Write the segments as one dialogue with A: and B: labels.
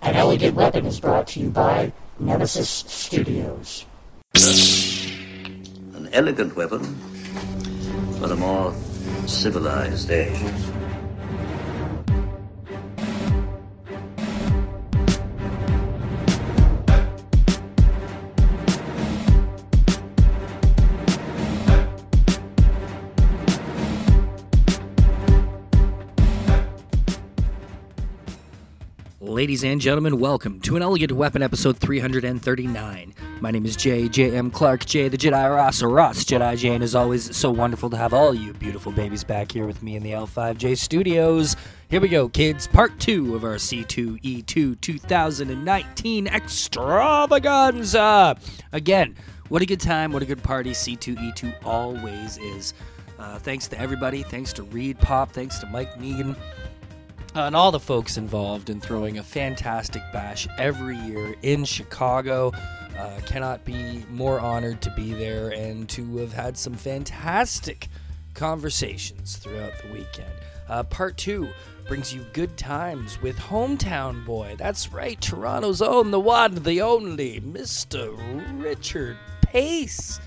A: Elegant E Weapon is brought to you by Nemesis Studios.
B: An elegant weapon for the more civilized age.
C: Ladies and gentlemen, welcome to an Elegant Weapon episode 339. My name is J. J. M. Clark, J. the Jedi Ross, or Ross Jedi J, and as always, it's so wonderful to have all you beautiful babies back here with me in the L5J studios. Here we go, kids, part two E of our C2E2 2019 extravaganza. Again, what a good time, what a good party C2E2 always is. Uh, thanks to everybody, thanks to Reed Pop, thanks to Mike Negan Uh, and all the folks involved in throwing a fantastic bash every year in Chicago. Uh, cannot be more honored to be there and to have had some fantastic conversations throughout the weekend. Uh, part two brings you good times with Hometown Boy. That's right, Toronto's own, the one, the only, Mr. Richard Pace.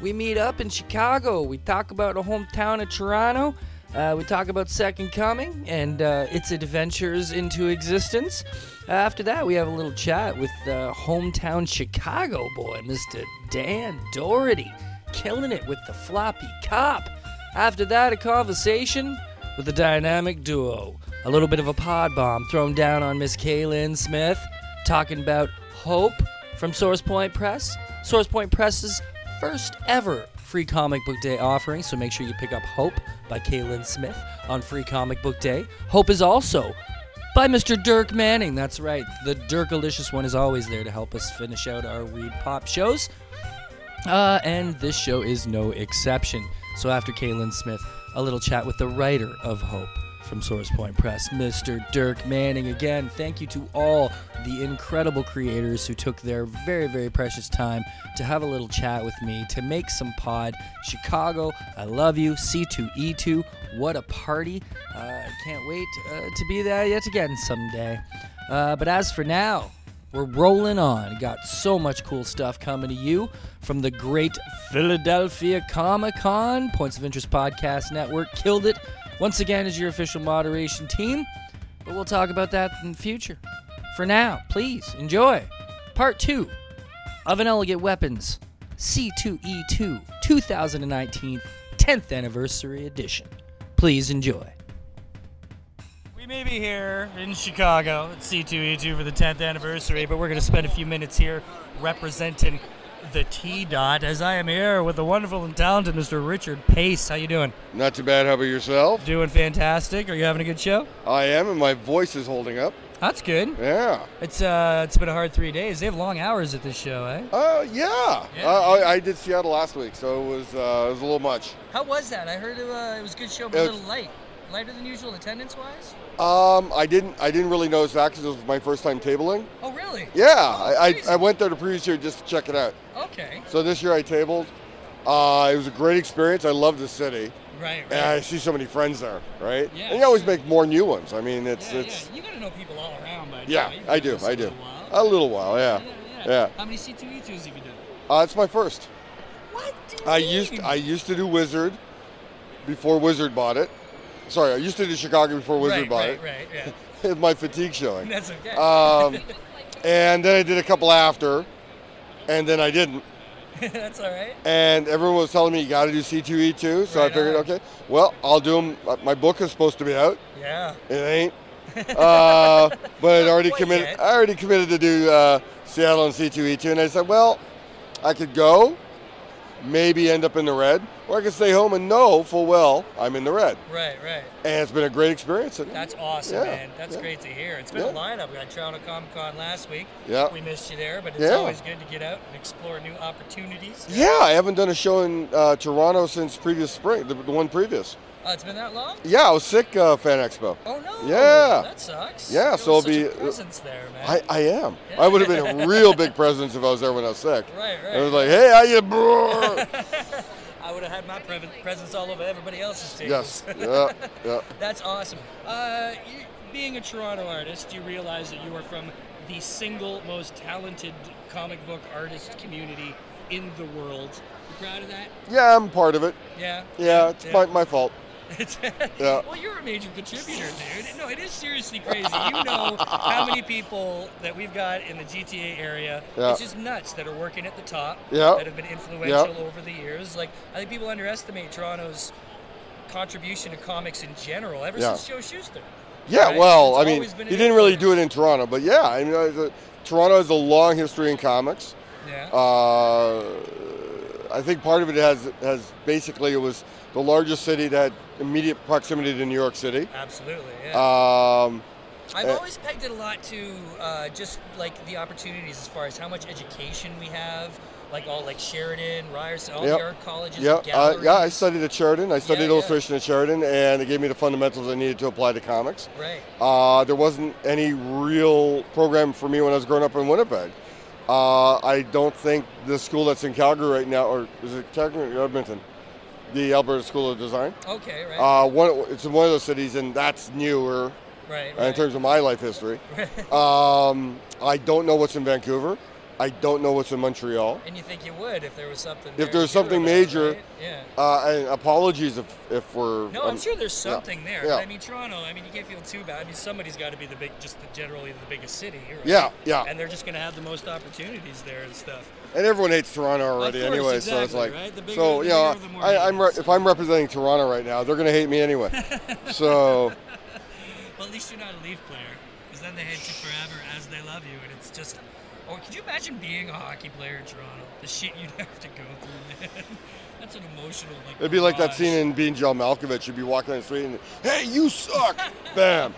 C: We meet up in Chicago. We talk about a hometown of Toronto. Uh, we talk about Second Coming and uh, its adventures into existence. Uh, after that, we have a little chat with uh, hometown Chicago boy, Mr. Dan Doherty, killing it with the floppy cop. After that, a conversation with the dynamic duo. A little bit of a pod bomb thrown down on Miss Kaylin Smith, talking about hope from Source Point Press. Source Point Press's first ever free comic book day offering, so make sure you pick up Hope by Kaylin Smith on Free Comic Book Day. Hope is also by Mr. Dirk Manning. That's right, the Dirkalicious one is always there to help us finish out our Weed Pop shows. Uh, and this show is no exception. So after Kaylin Smith, a little chat with the writer of Hope from Source Point Press, Mr. Dirk Manning. Again, thank you to all the incredible creators who took their very, very precious time to have a little chat with me, to make some pod. Chicago, I love you. C2E2, what a party. Uh, I can't wait uh, to be there yet again someday. Uh, but as for now, we're rolling on. Got so much cool stuff coming to you from the great Philadelphia Comic Con, Points of Interest Podcast Network. Killed it once again as your official moderation team, but we'll talk about that in the future. For now, please enjoy part two of an Elegant Weapons E C2E2 2019 10th Anniversary Edition. Please enjoy. We may be here in Chicago at C2E2 for the 10th anniversary, but we're going to spend a few minutes here representing the T dot. As I am here with the wonderful and talented Mr. Richard Pace. How you doing?
D: Not too bad. How about yourself?
C: Doing fantastic. Are you having a good show?
D: I am, and my voice is holding up.
C: That's good.
D: Yeah.
C: It's uh, it's been a hard three days. They have long hours at this show, eh?
D: Uh, yeah. Uh, I, I did Seattle last week, so it was uh, it was a little much.
C: How was that? I heard it, uh, it was a good show, but a
D: It's-
C: little light, lighter than usual attendance wise.
D: Um, I didn't I didn't really notice that because it was my first time tabling.
C: Oh, really?
D: Yeah, I, I,
C: crazy.
D: I went there the previous year just to check it out.
C: Okay.
D: So this year I tabled. Uh, it was a great experience. I love the city,
C: Right. right.
D: and I see so many friends there. Right?
C: Yeah,
D: and you always make more new ones. I mean, it's
C: Yeah,
D: it's
C: yeah. You gotta know people all around by
D: yeah.
C: now. You've
D: I
C: been
D: do.
C: doing this
D: I
C: a
D: do.
C: little while.
D: A little while. Yeah. Yeah.
C: How many C2E2s have you done?
D: Uh, it's my first.
C: What? do you
D: I
C: mean?
D: used I used to do Wizard before Wizard bought it. Sorry, I used to do Chicago before Wizard
C: right,
D: bought
C: right,
D: it.
C: right, yeah.
D: It's my fatigue showing.
C: That's okay.
D: Um, and then I did a couple after, and then I didn't.
C: That's all right.
D: And everyone was telling me you got to do C2E2, so
C: Right
D: I figured,
C: on.
D: okay, well I'll do them. My book is supposed to be out.
C: Yeah.
D: It ain't. Uh, but I already
C: Not quite
D: committed.
C: yet.
D: I already committed to do uh, Seattle and C2E2, and I said, well, I could go, maybe end up in the red, or I could stay home and know full well I'm in the red.
C: Right, right.
D: And it's been a great experience.
C: That's awesome,
D: Yeah,
C: man. That's
D: yeah.
C: great to hear. It's been a
D: Yeah.
C: lineup. We got Toronto Comic Con last week.
D: Yeah.
C: We missed you there, but it's
D: Yeah.
C: always good to get out and explore new opportunities.
D: yeah, I haven't done a show in uh, Toronto since previous spring, the, the one previous.
C: Oh, it's been that long?
D: Yeah, I was sick uh, Fan Expo.
C: Oh no.
D: Yeah.
C: That sucks.
D: Yeah,
C: There
D: so
C: was such
D: it'll be- uh,
C: a presence there, man.
D: I, I am. I would have been a real big presence if I was there when I was sick.
C: Right, right.
D: I was like, hey, how you? brrr?"
C: I would have had my pre- presence all over everybody else's tables.
D: yes. Yeah, yeah.
C: That's awesome. Uh, you, being a Toronto artist, you realize that you are from the single most talented comic book artist community in the world. You proud of that?
D: Yeah, I'm part of it.
C: Yeah.
D: Yeah, it's
C: Yeah.
D: My, my fault.
C: It's-
D: Yeah.
C: Well, you're a major contributor, dude. No, it is seriously crazy. You know how many people that we've got in the GTA area.
D: Yeah.
C: It's just nuts that are working at the top.
D: Yeah.
C: That have been influential over the years. Like I think people underestimate Toronto's contribution to comics in general. Ever
D: Yeah.
C: since Joe Schuster.
D: Yeah,
C: Right?
D: well,
C: It's
D: I mean,
C: always been
D: he
C: an
D: didn't really
C: influence.
D: do it in Toronto, but yeah, I mean, uh, the- Toronto has a long history in comics.
C: Yeah.
D: Uh, I think part of it has has basically it was the largest city that had immediate proximity to New York City.
C: Absolutely. Yeah.
D: Um,
C: I've
D: uh,
C: always pegged it a lot to uh, just like the opportunities as far as how much education we have, like all like Sheridan, Ryerson, all
D: Yep.
C: the art colleges,
D: yeah,
C: and
D: uh,
C: galleries.
D: yeah, I studied at Sheridan. I studied
C: Yeah, yeah.
D: illustration at Sheridan, and it gave me the fundamentals I needed to apply to comics.
C: Right.
D: Uh, there wasn't any real program for me when I was growing up in Winnipeg. Uh, I don't think the school that's in Calgary right now, or is it Calgary or Edmonton, the Alberta School of Design.
C: Okay. Right.
D: Uh, one, it's in one of those cities, and that's newer
C: right.
D: in
C: Right.
D: terms of my life history. um, I don't know what's in Vancouver. I don't know what's in Montreal.
C: and you think you would if there was something.
D: If
C: there
D: there's
C: to do
D: something
C: about it,
D: major-
C: right? Yeah.
D: Uh, and apologies if, if we're.
C: No, I'm,
D: um,
C: sure there's something there.
D: yeah.
C: But I mean, Toronto. I mean, you can't feel too bad. I mean, somebody's got to be the big, just the, generally the biggest city. Right?
D: Yeah, yeah.
C: And they're just going to have the most opportunities there and stuff.
D: And everyone hates Toronto already,
C: course,
D: anyway. so it's
C: exactly,
D: like,
C: right? The bigger-
D: so
C: the
D: you know,
C: bigger, the more
D: I, I'm re-
C: hated.
D: if I'm representing Toronto right now, they're gonna hate me anyway. so
C: Well, at least you're not a Leaf player, because then they hate you forever as they love you, and it's just. Or could you imagine being a hockey player in Toronto? The shit you'd have to go through, man. That's an emotional like.
D: it'd be like that
C: barrage.
D: scene in Being John Malkovich. You'd be walking down the street and, hey, you suck! Bam!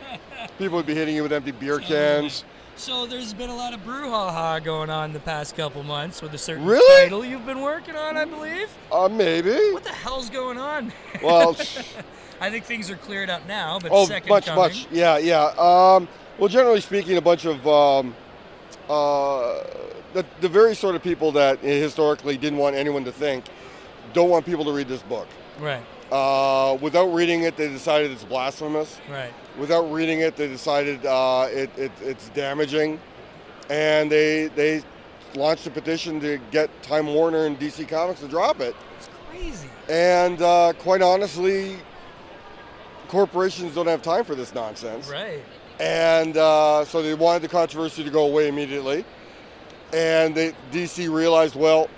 D: People would be hitting you with empty beer cans.
C: So there's been a lot of brouhaha going on the past couple months with a certain
D: Really?
C: title you've been working on, I believe.
D: Uh, maybe.
C: What the hell's going on?
D: Well,
C: I think things are cleared up now, but
D: oh,
C: second
D: much,
C: coming.
D: much. Yeah, yeah. Um, well, generally speaking, a bunch of um, uh, the, the very sort of people that historically didn't want anyone to think don't want people to read this book.
C: Right,
D: Uh, without reading it, they decided it's blasphemous.
C: right.
D: Without reading it, they decided uh, it, it, it's damaging, and they they launched a petition to get Time Warner and DC Comics to drop it.
C: It's crazy.
D: And uh, quite honestly, corporations don't have time for this nonsense.
C: Right.
D: And uh, so they wanted the controversy to go away immediately. And they, DC realized, well,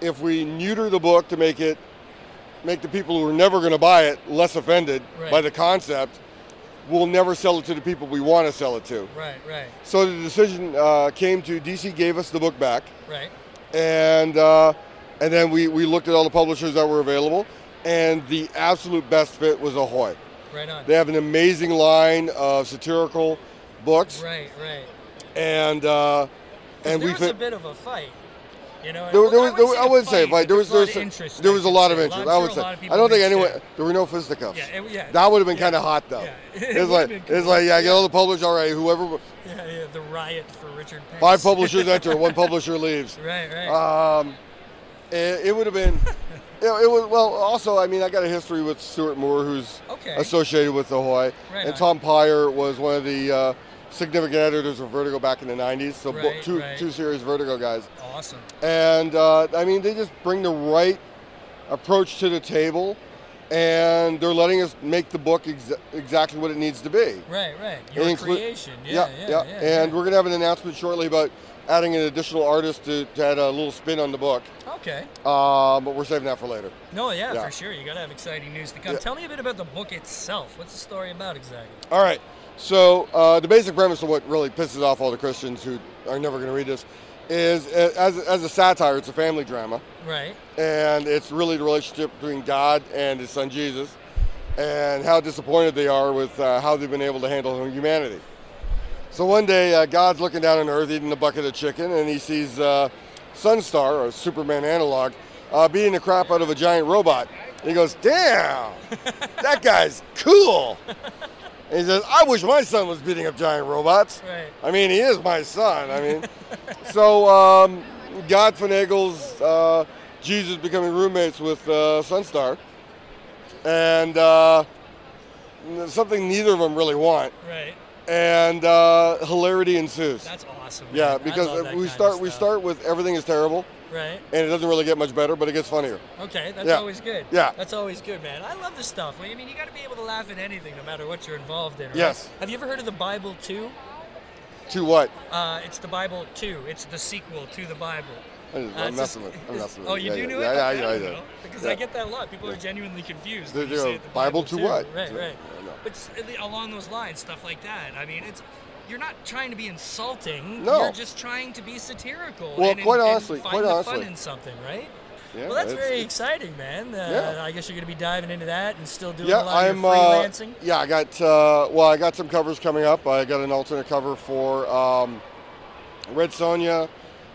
D: if we neuter the book to make it, make the people who are never going to buy it less offended
C: Right.
D: by the concept, we'll never sell it to the people we want to sell it to.
C: Right, right,
D: So the decision uh, came to DC gave us the book back
C: right.
D: and uh, and then we, we looked at all the publishers that were available, and the absolute best fit was Ahoy.
C: Right on.
D: They have an amazing line of satirical books,
C: Right, right.
D: and uh, and
C: there
D: we
C: was a
D: fit.
C: bit of a fight. You know,
D: There,
C: Well,
D: there was, there, I wouldn't say,
C: fight,
D: but there was
C: a lot
D: there was,
C: of interest.
D: there
C: I
D: was a
C: should
D: lot of
C: say.
D: interest.
C: I'm
D: I
C: sure
D: would
C: a
D: say.
C: lot of
D: I
C: people
D: don't think
C: mixed
D: anyone.
C: it.
D: There were no fisticuffs.
C: Yeah, it- yeah.
D: That would have been kind of hot though.
C: Yeah. It
D: It's
C: would've
D: like
C: been cool.
D: it's like yeah, get all the publishers. All right, whoever
C: Yeah, yeah, the riot for Richard Pence.
D: five publishers enter, one publisher leaves.
C: Right, right.
D: Um, it, it would have been. It, it was well. Also, I mean, I got a history with Stuart Moore, who's
C: Okay.
D: associated with Ahoy,
C: Right
D: and
C: on.
D: Tom Pyre was one of the uh, significant editors of Vertigo back in the '90s. So bo-
C: Right,
D: two
C: right.
D: two series Vertigo guys,
C: awesome.
D: and uh, I mean, they just bring the right approach to the table, and they're letting us make the book exa- exactly what it needs to be.
C: Right, right. Your
D: inclu-
C: creation. Yeah, yeah, yeah.
D: And we're gonna have an announcement shortly about adding an additional artist to, to add a little spin on the book.
C: we're okay.
D: Um, but we're saving that for later.
C: No, yeah,
D: Yeah.
C: for sure. You gotta have exciting news to come.
D: Yeah.
C: Tell me a bit about the book itself. What's the story about exactly?
D: All right. So uh, the basic premise of what really pisses off all the Christians who are never going to read this is, uh, as, as a satire, it's a family drama,
C: Right.
D: and it's really the relationship between God and His Son Jesus, and how disappointed they are with uh, how they've been able to handle humanity. So one day, uh, God's looking down on Earth eating a bucket of chicken, and he sees uh, Sunstar, or Superman analog, uh, beating the crap out of a giant robot. And he goes, "Damn, that guy's cool." And he says, "I wish my son was beating up giant robots.
C: Right.
D: I mean, he is my son. I mean, so um, God finagles uh, Jesus becoming roommates with uh, Sunstar, and uh, something neither of them really want."
C: Right.
D: and uh, hilarity ensues.
C: That's awesome.
D: yeah,
C: man. I love
D: because
C: that
D: we
C: kind of
D: start we
C: stuff.
D: start with everything is terrible,
C: right.
D: and it doesn't really get much better, but it gets funnier.
C: Okay, that's
D: Yeah.
C: always good.
D: Yeah.
C: that's always good, man. I love this stuff. Well, I mean, you got to be able to laugh at anything, no matter what you're involved in. Right?
D: Yes.
C: Have you ever heard of the Bible too?
D: To what?
C: Uh, it's the Bible too. It's the sequel to the Bible.
D: I'm
C: Uh, it's
D: messing
C: a-
D: with. I'm messing with.
C: Oh, you
D: yeah,
C: do
D: yeah,
C: know
D: yeah,
C: it?
D: Yeah,
C: Okay,
D: yeah,
C: I
D: yeah,
C: don't know, Because I
D: Yeah.
C: get that a lot. People are genuinely confused.
D: They
C: when you
D: do.
C: say the
D: Bible to
C: too.
D: what?
C: Right,
D: Yeah,
C: right.
D: I know.
C: But s- along those lines, stuff like that. I mean, it's you're not trying to be insulting.
D: No.
C: You're just trying to be satirical.
D: Well,
C: and,
D: quite
C: and
D: honestly,
C: find
D: quite
C: the
D: honestly.
C: fun in something, right?
D: Yeah,
C: well, that's
D: it's-
C: very
D: it's-
C: exciting, man. Uh,
D: Yeah.
C: I guess you're going to be diving into that and still doing a
D: Yeah,
C: lot
D: I'm.
C: of your
D: Uh,
C: freelancing.
D: yeah, I got. Uh, well, I got some covers coming up. I got an alternate cover for um, Red Sonja,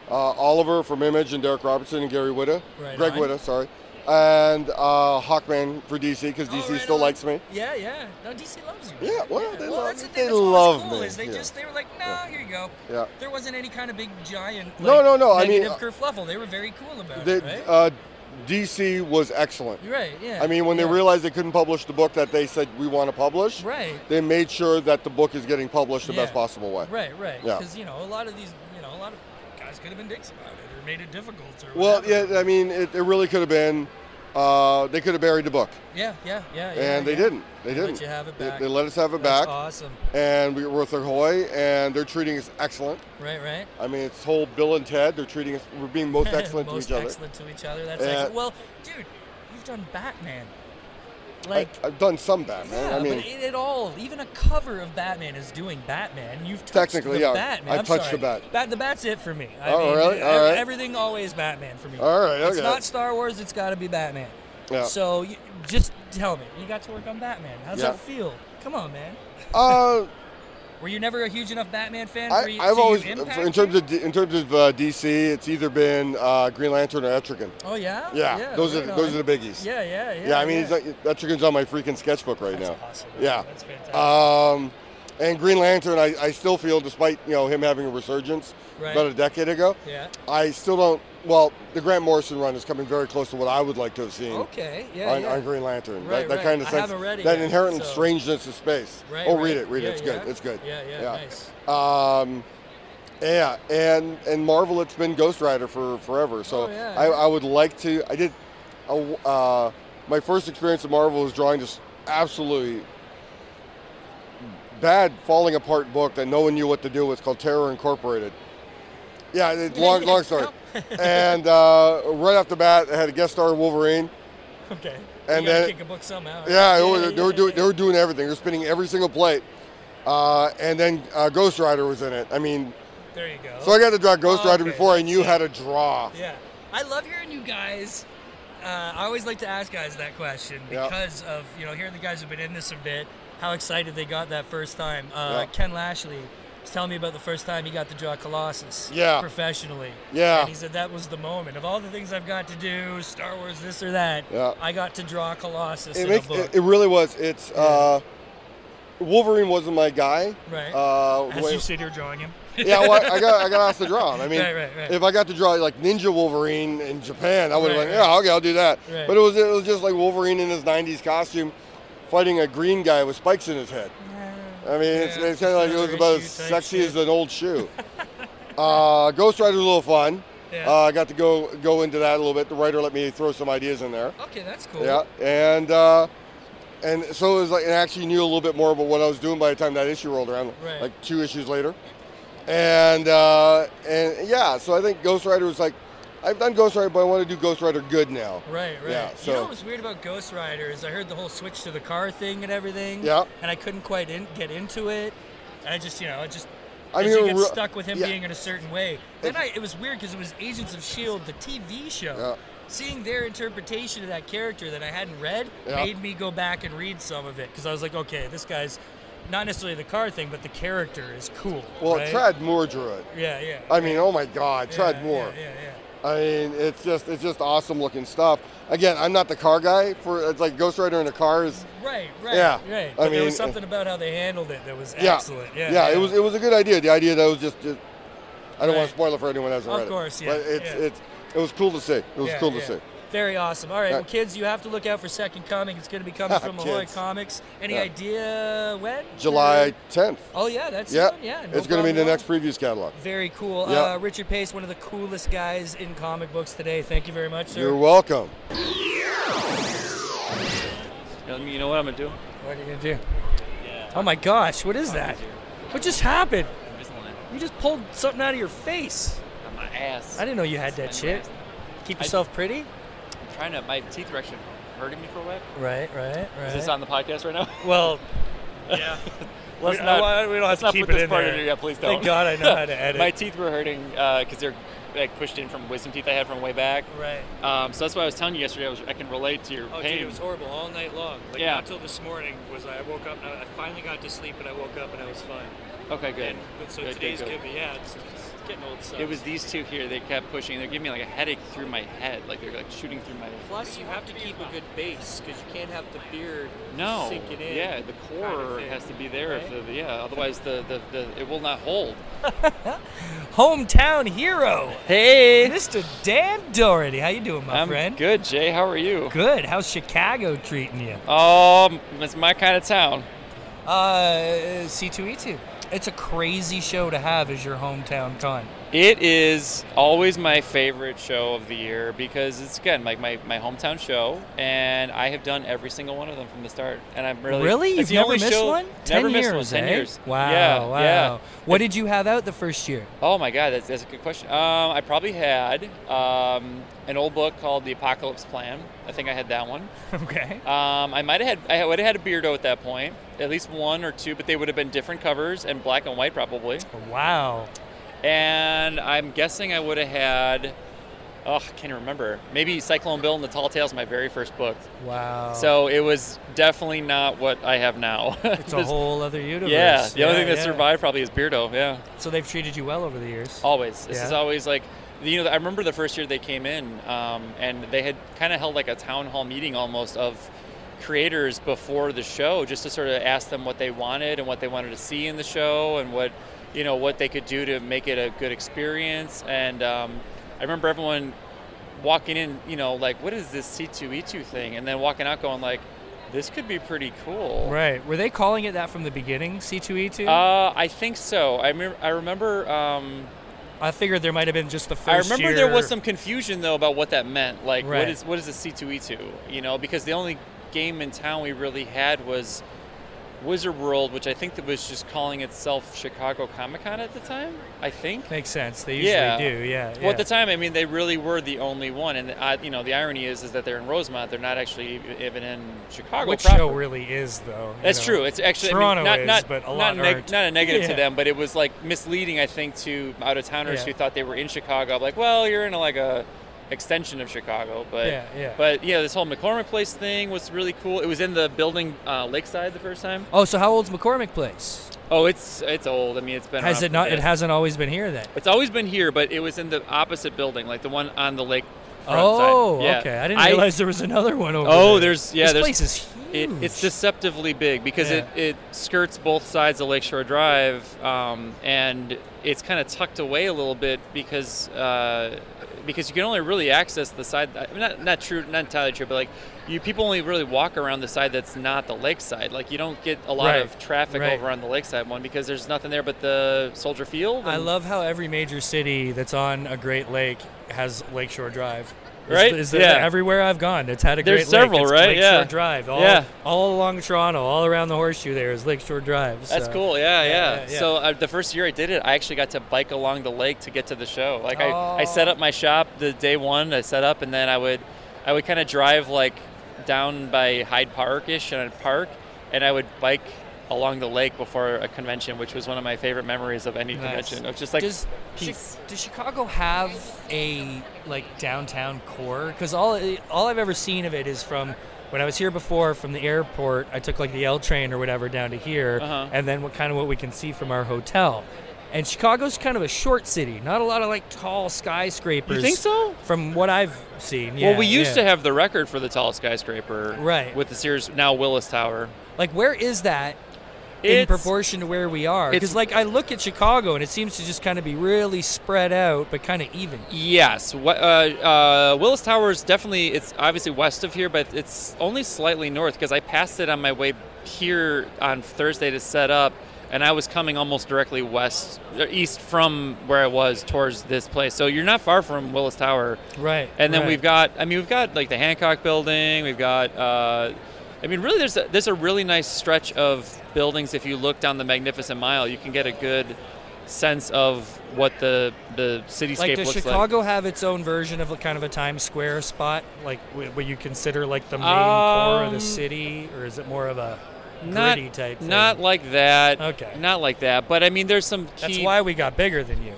D: uh, Oliver from Image, and Derek Robertson and Gary Whitta,
C: Right
D: Greg
C: on.
D: Whitta, sorry, and uh, Hawkman for DC because DC
C: Oh, right
D: still
C: on.
D: likes me.
C: Yeah, yeah. No, DC loves you.
D: Yeah, well, they love-
C: that's the thing.
D: they
C: that's what was
D: love
C: cool
D: me,
C: Is they
D: yeah.
C: just they were like, no, here you go.
D: Yeah.
C: There wasn't any kind of big giant. Like,
D: No, no, no, I mean,
C: negative
D: uh,
C: kerfluffle. They were very cool about
D: They,
C: it. Right.
D: uh, DC was excellent.
C: You're right. Yeah.
D: I mean, when they
C: yeah.
D: realized they couldn't publish the book that they said we want to publish,
C: Right.
D: they made sure that the book is getting published the
C: Yeah.
D: best possible way.
C: Right. Right.
D: Yeah.
C: Because you know a lot of these, you know, a lot of guys could have been dicks about it or made it difficult or.
D: Well,
C: whatever.
D: yeah, I mean, it, it really could have been. Uh, they could have buried the book,
C: Yeah. Yeah. Yeah. yeah
D: and they
C: yeah.
D: didn't. They
C: They let
D: didn't.
C: you have it
D: They-
C: back.
D: They, let us have it
C: That's
D: back,
C: Awesome.
D: and we were with Ahoy, and they're treating us excellent.
C: Right. Right.
D: I mean, it's whole Bill and Ted. They're treating us. We're being most excellent
C: Most
D: to each Uh,
C: excellent to each other. That's
D: Yeah.
C: excellent. Well, dude, you've done Batman.
D: other.
C: Like,
D: I, I've done some Batman.
C: yeah,
D: I mean,
C: but it, it all, even a cover of Batman is doing Batman. You've touched
D: Technically,
C: the
D: yeah,
C: Batman.
D: I've
C: I'm
D: touched
C: sorry.
D: the Bat.
C: The Bat's it for me. I
D: Oh,
C: mean,
D: really?
C: e-
D: All right.
C: Everything always Batman for me.
D: All right,
C: It's
D: okay.
C: not Star Wars. It's got to be Batman.
D: yeah.
C: So you, just tell me, you got to work on Batman. How's
D: Yeah.
C: that feel? Come on, man.
D: uh,
C: Were you never a huge enough Batman fan? for
D: I,
C: you,
D: I've
C: to
D: always, uh,
C: impact
D: in terms
C: you?
D: of D- in terms of uh, DC, it's either been uh, Green Lantern or Etrigan.
C: Oh yeah.
D: Yeah, those are
C: right
D: those
C: on.
D: are the biggies.
C: Yeah, yeah, yeah.
D: Yeah, I mean, It's like, Etrigan's on my freaking sketchbook right
C: That's
D: now.
C: awesome.
D: Yeah.
C: That's fantastic.
D: Um, and Green Lantern, I, I still feel, despite you know him having a resurgence
C: Right.
D: about a decade ago,
C: yeah.
D: I still don't. Well, the Grant Morrison run is coming very close to what I would like to have seen
C: Okay. Yeah.
D: on,
C: yeah.
D: on Green Lantern.
C: Right,
D: that, that
C: right.
D: kind of
C: I
D: sense,
C: haven't read it
D: that
C: yet,
D: inherent
C: so-
D: strangeness of space.
C: Right,
D: oh,
C: right.
D: read it, read
C: Yeah,
D: it. It's good.
C: yeah.
D: It's good.
C: Yeah, yeah, nice.
D: Um, yeah, and and Marvel, it's been Ghost Rider for forever. So
C: Oh, yeah,
D: I,
C: yeah.
D: I would like to. I did. a w uh, my first experience of Marvel was drawing this absolutely bad, falling apart book that no one knew what to do with. Called Terror Incorporated. Yeah, it's long, long story. and uh, right off the bat, I had a guest star in Wolverine.
C: Okay.
D: And
C: you gotta
D: then-
C: kick a book somehow.
D: Yeah, they, were, they, were
C: Oh, yeah,
D: doing,
C: yeah.
D: they were doing everything. They were spinning every single plate. Uh, and then uh, Ghost Rider was in it. I mean,
C: There you go.
D: so I got to draw Ghost
C: Oh,
D: Rider
C: okay.
D: before I knew how to draw.
C: yeah, I love hearing you guys. Uh, I always like to ask guys that question
D: Yeah.
C: because of you know hearing the guys who've been in this a bit, how excited they got that first time. Uh,
D: Yeah.
C: Ken Lashley was telling me about the first time he got to draw Colossus.
D: Yeah.
C: Professionally.
D: Yeah.
C: And he said that was the moment of all the things I've got to do, Star Wars, this or that.
D: Yeah.
C: I got to draw Colossus
D: It
C: in
D: makes
C: a book.
D: it, it really was. It's uh, Wolverine wasn't my guy.
C: Right.
D: Uh,
C: As
D: when-
C: you sit here drawing him.
D: yeah, well, I got I got asked to draw him. I mean,
C: Right, right, right.
D: if I got to draw like Ninja Wolverine in Japan, I would have
C: Right,
D: been
C: right.
D: yeah, okay, I'll do that.
C: Right.
D: But it was it was just like Wolverine in his '90s costume, fighting a green guy with spikes in his head. I mean, it's,
C: Yeah,
D: it's kind of like it was
C: another
D: about as
C: issue type
D: sexy
C: shit.
D: as an old shoe. uh, Ghost Rider's a little fun.
C: Yeah.
D: Uh, I got to go go into that a little bit. The writer let me throw some ideas in there.
C: Okay, that's cool.
D: Yeah, and uh, and so it was like, and I actually knew a little bit more about what I was doing by the time that issue rolled around,
C: Right.
D: like two issues later, and uh, and yeah, so I think Ghost Rider was like, I've done Ghost Rider, but I want to do Ghost Rider good now.
C: Right, right.
D: Yeah,
C: You know
D: so-
C: what was weird about Ghost Rider is I heard the whole switch to the car thing and everything.
D: Yeah.
C: And I couldn't quite in, get into it. I just, you know, I just.
D: I
C: I
D: mean,
C: mean, you
D: it
C: get
D: re-
C: stuck with him
D: yeah.
C: being in a certain way. Then
D: It-
C: I, it was weird because it was Agents of Shield, E the TV show.
D: Yeah.
C: Seeing their interpretation of that character that I hadn't read
D: Yeah.
C: made me go back and read some of it because I was like, okay, this guy's not necessarily the car thing, but the character is cool.
D: Well,
C: right?
D: Trad Moore drew it.
C: Yeah, yeah.
D: I mean, oh my God,
C: yeah,
D: Trad Moore.
C: Yeah, yeah, yeah.
D: I mean, it's just it's just awesome looking stuff. Again, I'm not the car guy for it's like Ghost Rider in a car is.
C: Right, right,
D: Yeah, I
C: right. But there
D: mean,
C: was
D: uh,
C: something about how they handled it that was
D: Yeah,
C: excellent. Yeah,
D: it was it was a good idea. The idea that was just, just- I don't want
C: Right.
D: to spoil it for anyone that hasn't
C: Of
D: read it.
C: course, yeah,
D: But it's
C: yeah.
D: it's it was cool to see. It was
C: Yeah,
D: cool to
C: yeah.
D: see.
C: Very awesome. All right,
D: Uh,
C: well, kids, you have to look out for Second Coming. It's going to be coming from Ahoy
D: Kids.
C: Comics. Any
D: Yeah.
C: idea when?
D: July 10th.
C: Oh yeah, that's
D: Yeah,
C: soon, yeah. no
D: it's going to be in the
C: problem.
D: next previews catalog.
C: Very cool.
D: Yeah.
C: Uh, Richard Pace, one of the coolest guys in comic books today. Thank you very much, sir.
D: You're welcome.
E: You know what I'm gonna do?
C: What are you gonna do? Oh my gosh, what is that? What just happened? You just pulled something out of your face.
E: On my ass.
C: I didn't know you had that shit. Keep
E: I-
C: yourself pretty.
E: I'm trying to. My teeth are actually hurting me for a while.
C: Right, right, right.
E: Is this on the podcast right now?
C: well,
E: Let's
C: don't-
E: not.
C: I- we don't have
E: let's
C: to
E: not
C: keep
E: put
C: it
E: this
C: in
E: part
C: there.
E: in here. Yeah, please don't.
C: Thank God I know how to edit.
E: my teeth were hurting because they're like pushed in from wisdom teeth I had from way back.
C: right.
E: Um, so that's why I was telling you yesterday. I, was, I can relate to your
C: Oh,
E: pain.
C: dude, it was horrible all night long. Like,
E: Yeah.
C: Until this morning was I woke up. and I I finally got to sleep, and I woke up and I was fine.
E: okay, good.
C: And, but so
E: Good, good,
C: today's
E: good.
C: good, but yeah, it's, it's getting old. Sucks.
E: It was these two here. They kept pushing. They're giving me like a headache through my head. Like they're like shooting through my.
C: Plus, you have to keep a good base because you can't have the beard
E: No.
C: sinking in.
E: Yeah, the core
C: kind of thing,
E: has to be there.
C: right?
E: If the, yeah, otherwise the, the, the it will not hold.
C: hometown hero,
E: Hey,
C: Mr. Dan Doherty. How you doing, my
E: I'm
C: friend?
E: good. Jay, how are you?
C: Good. How's Chicago treating you?
E: Um, it's my kind of town.
C: Uh, C2E2. It's a crazy show to have as your hometown con.
E: It is always my favorite show of the year because it's again like my, my hometown show, and I have done every single one of them from the start. And I'm really
C: Really? You've
E: It's the
C: never
E: only
C: missed
E: show-
C: one?
E: Never
C: Ten
E: missed
C: years,
E: one. Ten
C: eh?
E: years.
C: Wow,
E: Yeah,
C: wow.
E: yeah.
C: What did you have out the first year?
E: Oh my God, that's, that's a good question. Um, I probably had um, an old book called The Apocalypse Plan. I think I had that one.
C: Okay.
E: Um, I might have had I would have had a beardo at that point, at least one or two, but they would have been different covers and black and white probably.
C: Wow.
E: And I'm guessing I would have had. Oh, I can't remember. Maybe Cyclone Bill and the Tall Tales, my very first book.
C: Wow.
E: So it was definitely not what I have now.
C: it's a whole other universe.
E: yeah, the only thing that
C: yeah.
E: survived probably is Beardo. Yeah,
C: So they've treated you well over the years.
E: always. This is
C: Yeah.
E: always like, you know, I remember the first year they came in, um, and they had kind of held like a town hall meeting almost of creators before the show, just to sort of ask them what they wanted and what they wanted to see in the show and what, you know, what they could do to make it a good experience. And um, I remember everyone walking in, you know, like, what is this C2E2 thing? And then walking out going like, this could be pretty cool.
C: Right. Were they calling it that from the beginning, E C2E2?
E: Uh, I think so. I, me- I remember. Um,
C: I figured there might have been just the first
E: I remember there was
C: year.
E: some confusion though about what that meant. Like,
C: Right.
E: what is what is a C two E two? You know, because the only game in town we really had was Wizard World, which I think that was just calling itself Chicago Comic Con at the time. I think.
C: Makes sense. They usually
E: Yeah.
C: do. Yeah.
E: Well, at
C: yeah.
E: the time, I mean, they really were the only one, and I, you know, the irony is, is that they're in Rosemont. They're not actually even in Chicago.
C: Which
E: proper.
C: show really is though. you
E: That's
C: know?
E: true. It's actually
C: Toronto
E: I mean,
C: is,
E: not, not,
C: but a
E: not
C: lot
E: neg-
C: aren't.
E: not a negative to
C: Yeah.
E: them, but it was like misleading, I think, to out of towners
C: Yeah.
E: who thought they were in Chicago. I'm like, well, you're in like a extension of Chicago, but
C: Yeah, yeah.
E: but yeah, this whole McCormick Place thing was really cool. It was in the building uh, Lakeside the first time.
C: Oh, so how old's McCormick Place?
E: Oh, it's it's old. I mean, it's been
C: Has
E: around
C: it not?
E: for-
C: It hasn't always been here then.
E: It's always been here, but it was in the opposite building, like the one on the lake. front
C: Oh,
E: side. Yeah.
C: okay. I didn't realize there was another one over
E: Oh,
C: there.
E: there's yeah.
C: this
E: there's
C: place is
E: it,
C: huge.
E: it's deceptively big because
C: Yeah.
E: it, it skirts both sides of Lakeshore Drive, um, and it's kind of tucked away a little bit because uh, because you can only really access the side. I mean, not not true, not entirely true, but like you people only really walk around the side that's not the lakeside. Like you don't get a lot
C: Right,
E: of traffic
C: right.
E: over on the lakeside one because there's nothing there but the Soldier Field.
C: I
E: and-
C: love how every major city that's on a Great Lake has Lakeshore Drive. Is-
E: Right?
C: Is there
E: Yeah.
C: everywhere I've gone, it's had a
E: There's
C: great
E: several,
C: lake. It's
E: right?
C: Lakeshore
E: Yeah.
C: Drive. All,
E: Yeah.
C: all along Toronto, all around the horseshoe there is Lakeshore Drive.
E: That's
C: so-
E: cool. Yeah, yeah.
C: yeah, yeah.
E: So uh, the first year I did it, I actually got to bike along the lake to get to the show. Like I, I set up my shop the day one. I set up, and then I would, I would kind of drive like down by Hyde Park ish and I'd park, and I would bike along the lake before a convention, which was one of my favorite memories of any
C: Nice.
E: convention. It was just like
C: does, Chi-
E: peace.
C: does Chicago have a like downtown core? Because all all I've ever seen of it is from when I was here before from the airport. I took like the L train or whatever down to here,
E: Uh-huh.
C: and then what kind of what we can see from our hotel. And Chicago's kind of a short city. Not a lot of like tall skyscrapers.
E: You think so?
C: From what I've seen.
E: well, we used to have the record for the tallest skyscraper,
C: Right.
E: With the Sears now Willis Tower.
C: have like where is that? in
E: It's-
C: proportion to where we are. Because
E: it's-
C: like I look at Chicago and it seems to just kind of be really spread out, but kind of even.
E: Yes, we- uh, uh, Willis Towers definitely. It's obviously west of here, but it's only slightly north because I passed it on my way here on Thursday to set up, and I was coming almost directly west, uh, east from where I was towards this place. So you're not far from Willis Tower.
C: Right.
E: And then we've got, I mean, we've got like the Hancock Building. We've got, uh, I mean, really, there's a, there's a really nice stretch of buildings. If you look down the Magnificent Mile, you can get a good sense of what the the cityscape
C: like does
E: looks
C: Chicago have its own version of a kind of a Times Square spot, like wh- what you consider like the main core of the
E: Um,
C: city, or is it more of a
E: like. Not
C: gritty type? Thing?
E: not like that.
C: Okay.
E: Not like that. But I mean, there's some. Key,
C: That's why we got bigger than you.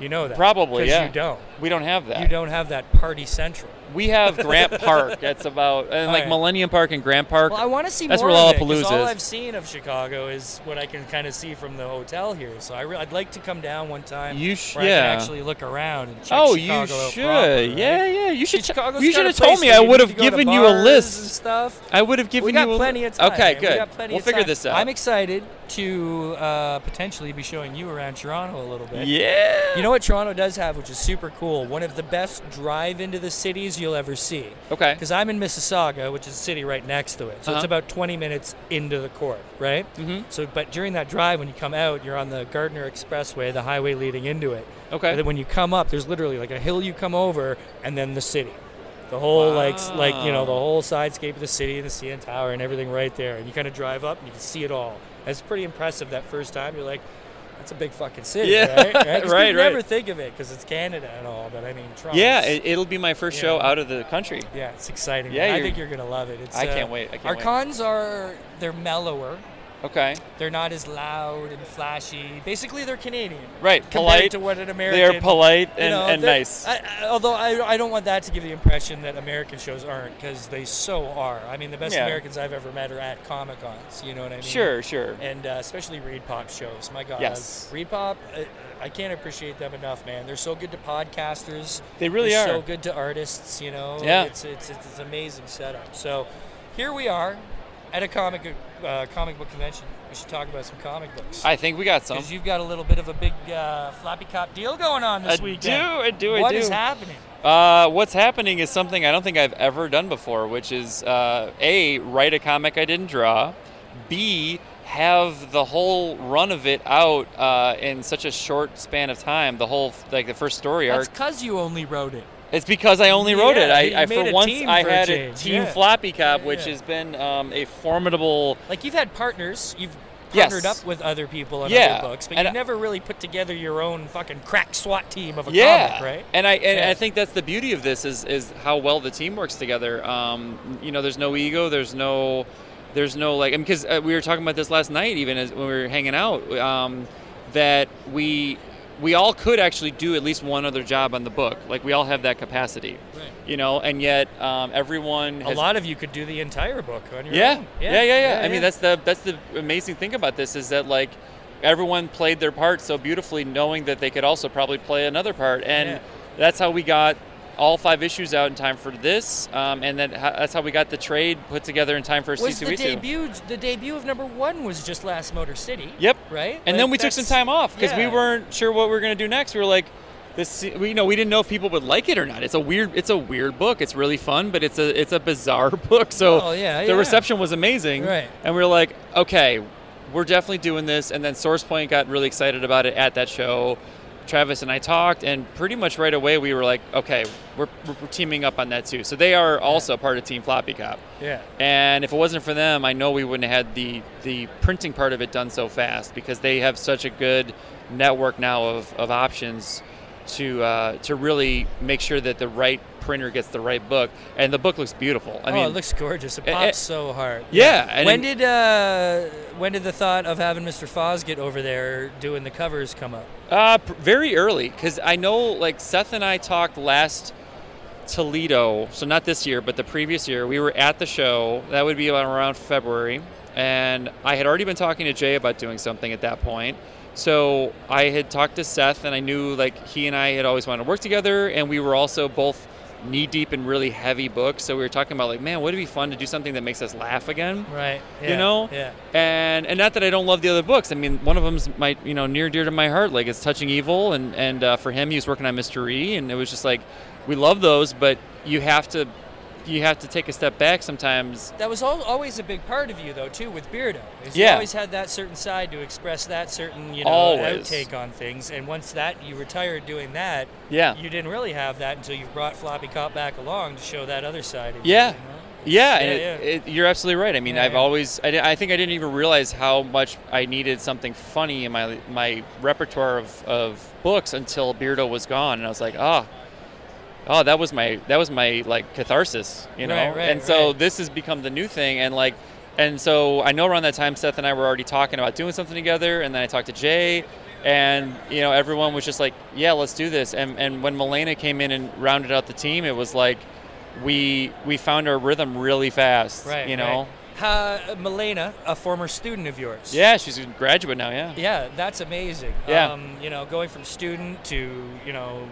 C: You know that.
E: Probably,
C: 'Cause
E: yeah.
C: You don't.
E: we don't have that.
C: You don't have that party central.
E: We have Grant Park. That's about and like
C: Alright.
E: Millennium Park and Grant Park.
C: Well, I want to see
E: That's
C: more
E: where
C: of it, 'cause
E: Lollapalooza
C: all
E: is.
C: I've seen of Chicago is what I can kind of see from the hotel here. So I re- I'd like to come down one time
E: You sh-
C: where I
E: yeah.
C: can actually look around and check
E: Oh, you
C: Chicago out
E: should.
C: proper, right?
E: Yeah, yeah. You should. t-
C: Chicago's
E: you
C: got
E: should
C: a
E: have told
C: place
E: me.
C: where
E: I
C: you
E: would
C: need
E: have
C: to go to
E: given you a
C: bars and
E: list.
C: stuff.
E: I would have given
C: we got
E: you. a-
C: plenty of time.
E: Okay,
C: man.
E: good.
C: We got plenty
E: will
C: of
E: figure
C: time.
E: this out.
C: I'm excited to uh, potentially be showing you around Toronto a little bit.
E: yeah.
C: You know what Toronto does have, which is super cool. One of the best drive into the cities you'll ever see.
E: Okay.
C: Because I'm in Mississauga, which is the city right next to it, so it's
E: Uh-huh.
C: about 20 minutes into the core, right? Mm-hmm. So, but during that drive, when you come out, you're on the Gardner Expressway, the highway leading into it.
E: Okay.
C: And then when you come up, there's literally like a hill you come over, and then the city. The whole like s- like you know the
E: Wow.
C: whole sidescape of the city and the CN Tower and everything right there, and you kind of drive up and you can see it all. That's pretty impressive. That first time, you're like, "That's a big fucking city,
E: Yeah.
C: right?" 'Cause we
E: Right, right.
C: Never think of it because it's Canada and all, but I mean, Toronto.
E: Yeah, it, it'll be my first show
C: Yeah.
E: out of the country.
C: Yeah, it's exciting.
E: Yeah,
C: Yeah, I
E: you're-
C: think you're gonna love it. It's, uh,
E: I can't wait, I can't
C: our
E: wait.
C: cons are they're mellower.
E: Okay.
C: They're not as loud and flashy. Basically, they're Canadian.
E: Right.
C: Compared
E: Polite.
C: to what an American.
E: They're polite
C: you
E: and,
C: know,
E: and
C: they're-
E: nice.
C: I, I, although I, I don't want that to give the impression that American shows aren't, because they so are. I mean, the best
E: Yeah.
C: Americans I've ever met are at Comic Cons. You know what I mean?
E: sure, sure.
C: and uh, especially Reed Pop shows. My God,
E: Yes.
C: Reed Pop, I, I can't appreciate them enough, man. They're so good to podcasters.
E: They really
C: They're
E: are.
C: so good to artists. You know,
E: Yeah.
C: it's it's it's, it's amazing setup. So here we are at a comic uh, comic book convention. We should talk about some comic books.
E: I um, think we got some.
C: because you've got a little bit of a big uh, floppy cop deal going on this
E: I
C: weekend.
E: do, I do, I
C: What is
E: do.
C: happening?
E: Uh, what's happening is something I don't think I've ever done before, which is uh, A, write a comic I didn't draw, B, have the whole run of it out uh, in such a short span of time, the whole, like the first story
C: That's
E: arc.
C: because you only wrote it.
E: It's because I only wrote
C: Yeah,
E: it.
C: you
E: I, I
C: made
E: for
C: a
E: once
C: team
E: I
C: for a
E: had a
C: change,
E: team
C: yeah.
E: floppy cop,
C: Yeah,
E: which
C: yeah.
E: has been um, a formidable.
C: Like you've had partners, you've
E: Yes.
C: partnered up with other people on
E: Yeah,
C: other books, but
E: and
C: you
E: I-
C: never really put together your own fucking crack SWAT team of a
E: yeah,
C: comic, right?
E: and I and
C: Yeah.
E: I think that's the beauty of this is is how well the team works together. Um, you know, there's no ego, there's no, there's no like, because uh, we were talking about this last night, even as when we were hanging out, um, that we we all could actually do at least one other job on the book. Like we all have that capacity,
C: Right.
E: you know, and yet um, everyone
C: a
E: has
C: lot of you could do the entire book on your
E: yeah.
C: own.
E: yeah, yeah, yeah, I mean, that's the that's the amazing thing about this is that like everyone played their part so beautifully, knowing that they could also probably play another part, and
C: Yeah.
E: that's how we got all five issues out in time for this, um, and then ho- that's how we got the trade put together in time for E
C: was
E: C2E2.
C: the debut. The debut of number one was just last Motor City.
E: Yep.
C: Right.
E: And then we took some time off because we weren't sure what we were going to do next. We were like, this, we, you know, we didn't know if people would like it or not. It's a weird, it's a weird book. It's really fun, but it's a, it's a bizarre book. So
C: Oh, yeah,
E: the
C: yeah.
E: reception was amazing.
C: Right.
E: And we were like, okay, we're definitely doing this. And then Source Point got really excited about it at that show. Travis and I talked, and pretty much right away we were like, okay, we're, we're teaming up on that too. So they are also part of Team Floppy Cop.
C: Yeah.
E: And if it wasn't for them, I know we wouldn't have had the the printing part of it done so fast because they have such a good network now of, of options to uh, to really make sure that the right printer gets the right book. And the book looks beautiful. I
C: oh,
E: mean,
C: it looks gorgeous. It
E: eh,
C: pops
E: eh,
C: so hard.
E: yeah. And
C: when did uh, when did the thought of having Mr. Fosgit over there doing the covers come up?
E: Uh, pr- very early, because I know like Seth and I talked last Toledo, so not this year, but the previous year. We were at the show. That would be about around February, and I had already been talking to Jay about doing something at that point. So I had talked to Seth, and I knew like he and I had always wanted to work together, and we were also both knee deep in really heavy books. So we were talking about like, man, would it be fun to do something that makes us laugh again?
C: Right.
E: You
C: yeah,
E: know?
C: Yeah.
E: And and not that I don't love the other books. I mean, one of them's my you know near dear to my heart. Like it's Touching Evil, and and uh, for him he was working on Mystery, and it was just like, we love those, but you have to, you have to take a step back sometimes.
C: That was al always a big part of you, though, too, with Beardo. Is You
E: Yeah.
C: always had that certain side to express that certain, you know,
E: Always.
C: outtake on things. And once that you retired doing that,
E: Yeah.
C: you didn't really have that until you brought Floppy Cop back along to show that other side. Of you,
E: Yeah.
C: you know?
E: Yeah, and
C: Uh-huh. Yeah,
E: it, It, you're absolutely right. I mean,
C: Yeah,
E: I've
C: yeah.
E: always, I, di- I think I didn't even realize how much I needed something funny in my my repertoire of, of books until Beardo was gone, and I was like, oh, oh, that was my that was my like catharsis, you know.
C: Right, right,
E: and so
C: right.
E: this has become the new thing, and like, and so I know around that time, Seth and I were already talking about doing something together, and then I talked to Jay. And you know everyone was just like, "Yeah, let's do this." And and when Milena came in and rounded out the team, it was like, we we found our rhythm really fast.
C: Right.
E: You know.
C: right. Uh, Milena, a former student of yours.
E: Yeah, she's a graduate now. Yeah.
C: Yeah, that's amazing.
E: Yeah.
C: Um, you know, going from student to, you know,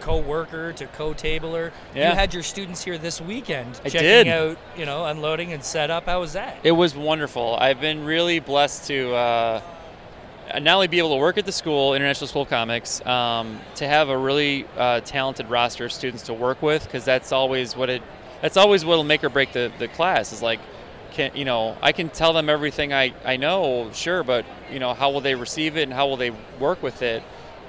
C: co-worker to co-tabler.
E: Yeah.
C: You had your students here this weekend
E: I
C: checking
E: did.
C: out, you know, unloading and setup. How was that?
E: It was wonderful. I've been really blessed to uh, not only be able to work at the school, International School of Comics, um, to have a really uh, talented roster of students to work with, because that's always what it that's always what'll make or break the, the class. Is like, can you know, I can tell them everything I I know, sure, but you know, how will they receive it and how will they work with it?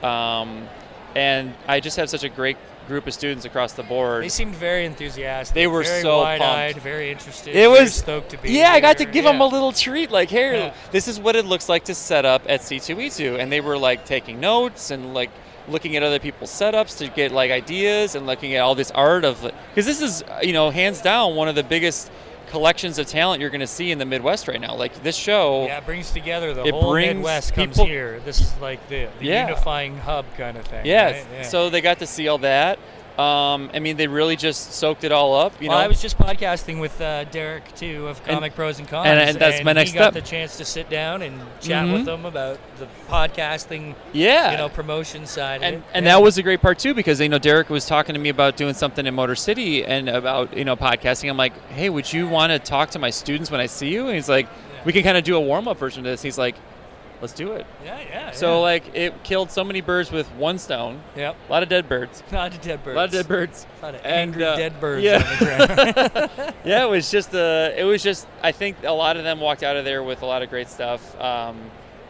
E: Um, and I just have such a great group of students across the board.
C: They seemed very enthusiastic.
E: They were
C: very
E: so pumped.
C: wide-eyed, very interested.
E: It
C: very
E: was
C: stoked to be.
E: Yeah, I got to
C: here.
E: give
C: yeah.
E: them a little treat. Like, here,
C: Yeah.
E: this is what it looks like to set up at C2E2, and they were like taking notes and like looking at other people's setups to get like ideas and looking at all this art of because this is uh, you know hands down one of the biggest collections of talent you're going to see in the Midwest right now. Like this show.
C: Yeah, it brings together the
E: It
C: whole
E: brings
C: Midwest comes
E: people-
C: here. This is like the, the
E: Yeah.
C: unifying hub kind of thing.
E: Yes.
C: right? Yeah.
E: So they got to see all that. Um, I mean, they really just soaked it all up. You
C: well,
E: know,
C: I was just podcasting with uh, Derek too of Comic Pros and Cons,
E: and- and that's my next
C: he got
E: step.
C: the chance to sit down and chat
E: Mhm.
C: with them about the podcasting,
E: yeah.
C: you know, promotion side.
E: and
C: of it.
E: and
C: Yeah.
E: that was a great part too because you know Derek was talking to me about doing something in Motor City and about you know podcasting. I'm like, hey, would you want to talk to my students when I see you? And he's like, we can kind of do a warm up version of this. He's like, let's do it.
C: yeah, yeah.
E: So like it killed so many birds with one stone.
C: yeah. yep,
E: A lot of dead birds.
C: not a dead bird.
E: A lot of dead birds.
C: Lot of
E: And,
C: angry
E: uh,
C: dead birds
E: yeah.
C: on the ground.
E: yeah, it was just uh, it was just I think a lot of them walked out of there with a lot of great stuff, um,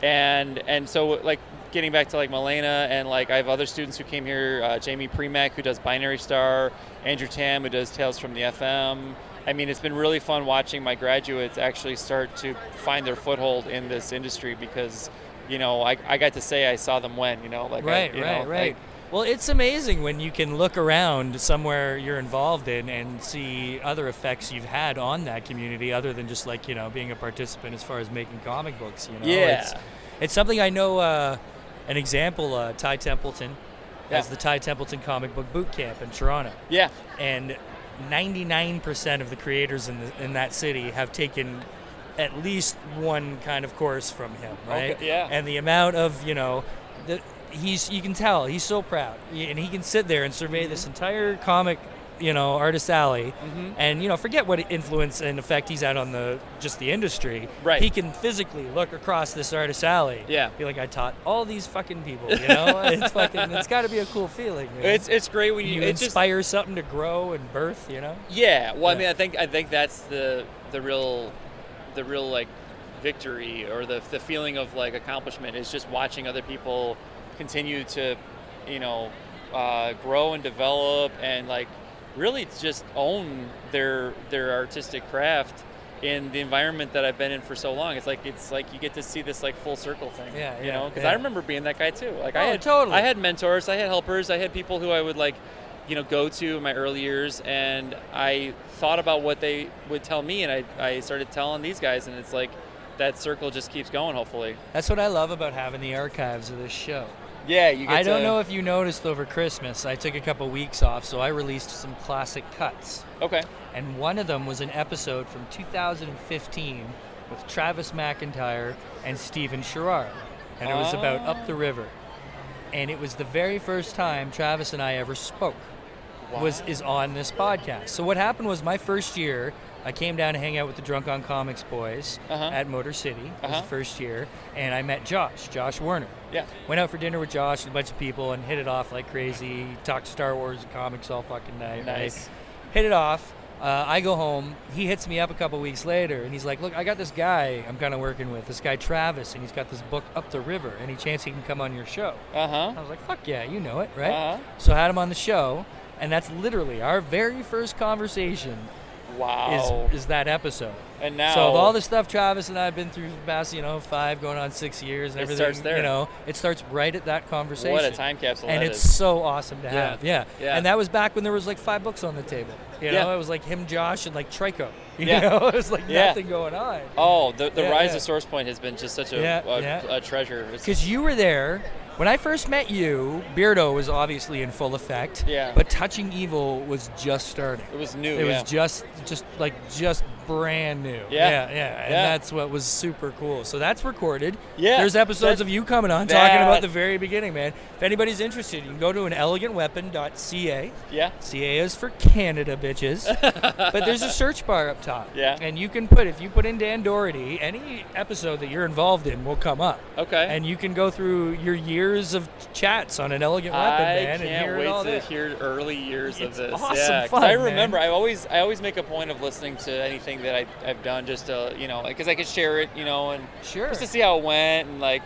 E: and and so like getting back to like Milena and like I have other students who came here, uh, Jamie Premack who does Binary Star, Andrew Tam who does Tales from the FM. I mean, it's been really fun watching my graduates actually start to find their foothold in this industry because, you know, I, I got to say I saw them when, you know, like I-
C: right,
E: you know,
C: right,
E: like-
C: right. well, it's amazing when you can look around somewhere you're involved in and see other effects you've had on that community, other than just like you know being a participant as far as making comic books. You know, it's,
E: Yeah.
C: it's something I know. Uh, an example: uh, Ty Templeton has
E: Yeah.
C: the Ty Templeton Comic Book Boot Camp in Toronto,
E: yeah,
C: and 99% of the creators in the, in that city have taken at least one kind of course from him, right?
E: Okay, yeah.
C: And the amount of you know, the, he's you can tell he's so proud, Y- and he can sit there and survey
E: Mm-hmm.
C: this entire comic, you know, artist alley,
E: Mm-hmm.
C: and you know, forget what influence and effect he's had on the just the industry.
E: Right.
C: He can physically look across this artist alley.
E: Yeah.
C: Be like, I taught all these fucking people. You know, it's fucking, it's got to be a cool feeling. man.
E: it's it's great when you,
C: you
E: it's just-
C: inspire something to grow and birth, you know?
E: Yeah, well,
C: Yeah.
E: I mean, I think I think that's the the real the real like victory or the the feeling of like accomplishment is just watching other people continue to you know uh, grow and develop and like really just own their their artistic craft in the environment that I've been in for so long. It's like it's like you get to see this like full circle thing.
C: Yeah,
E: you
C: yeah,
E: know, because
C: yeah.
E: I remember being that guy too. Like I
C: Oh,
E: had
C: totally.
E: I had mentors, I had helpers, I had people who I would like you know go to in my early years and i thought about what they would tell me and I, I started telling these guys and it's like that circle just keeps going hopefully
C: That's what I love about having the archives of this show.
E: yeah you
C: I don't know if you noticed over Christmas, I took a couple weeks off, so I released some classic cuts.
E: okay
C: And one of them was an episode from 2015 with Travis McIntyre and Stephen Sherrard. And it was about Up the River. And it was the very first time Travis and I ever spoke. was is on this podcast. So what happened was my first year, I came down to hang out with the Drunk on Comics boys
E: Uh-huh.
C: at Motor City. It was
E: Uh-huh.
C: the first year, and I met Josh, Josh Werner.
E: Yeah.
C: Went out for dinner with Josh and a bunch of people and hit it off like crazy. Talked Star Wars and comics all fucking night. right?
E: Nice.
C: Hit it off. Uh, I go home. He hits me up a couple weeks later and he's like, Look, I got this guy I'm kind of working with, this guy Travis, and he's got this book Up the River. Any chance he can come on your show?
E: Uh huh.
C: I was like, Fuck yeah, you know it, right?
E: Uh-huh.
C: So I had him on the show. And that's literally our very first conversation
E: Wow.
C: is, is that episode.
E: and Oh. now
C: So of all the stuff Travis and I have been through for the past, you know, five going on six years and
E: It
C: everything.
E: starts there.
C: You know, it starts right at that conversation.
E: what a time capsule
C: And
E: that
C: it's
E: is.
C: so awesome to
F: Yeah.
C: have. Yeah.
E: Yeah.
C: And that was back when there was like five books on the table. You
E: Yeah.
C: know, it was like him, Josh, and like Trico. You
E: Yeah.
C: know, it was like
E: Yeah.
C: nothing going on.
E: Oh, the, the
C: Yeah,
E: rise
C: yeah.
E: of Source Point has been just such a,
C: Yeah,
E: a,
C: yeah.
E: a treasure. It's-
C: Because you were there. When I first met you, Beardo was obviously in full effect.
E: Yeah.
C: But Touching Evil was just starting.
E: it was new.
C: It
E: yeah.
C: was just, just like just brand new. Yeah, yeah, and
E: Yeah.
C: that's what was super cool. So that's recorded.
E: Yeah,
C: there's episodes
E: that-
C: of you coming on talking about
E: that-
C: the very beginning, man. If anybody's interested, you can go to an elegantweapon.ca.
E: yeah.
C: CA is for Canada, bitches. but there's a search bar up top.
E: Yeah.
C: and you can put if you put in Dan Doherty, any episode that you're involved in will come up.
E: Okay.
C: And you can go through your years of chats on an elegant
E: I
C: weapon, man, and
E: can't
C: hear
E: wait
C: it all
E: to
C: there.
E: hear early years
C: It's
E: of this.
C: awesome
E: yeah, 'cause
C: fun,
E: I
C: man.
E: remember. I always I always make a point of listening to anything that I, I've done just to you know because I could share it you know and
C: Sure.
E: just to see how it went and like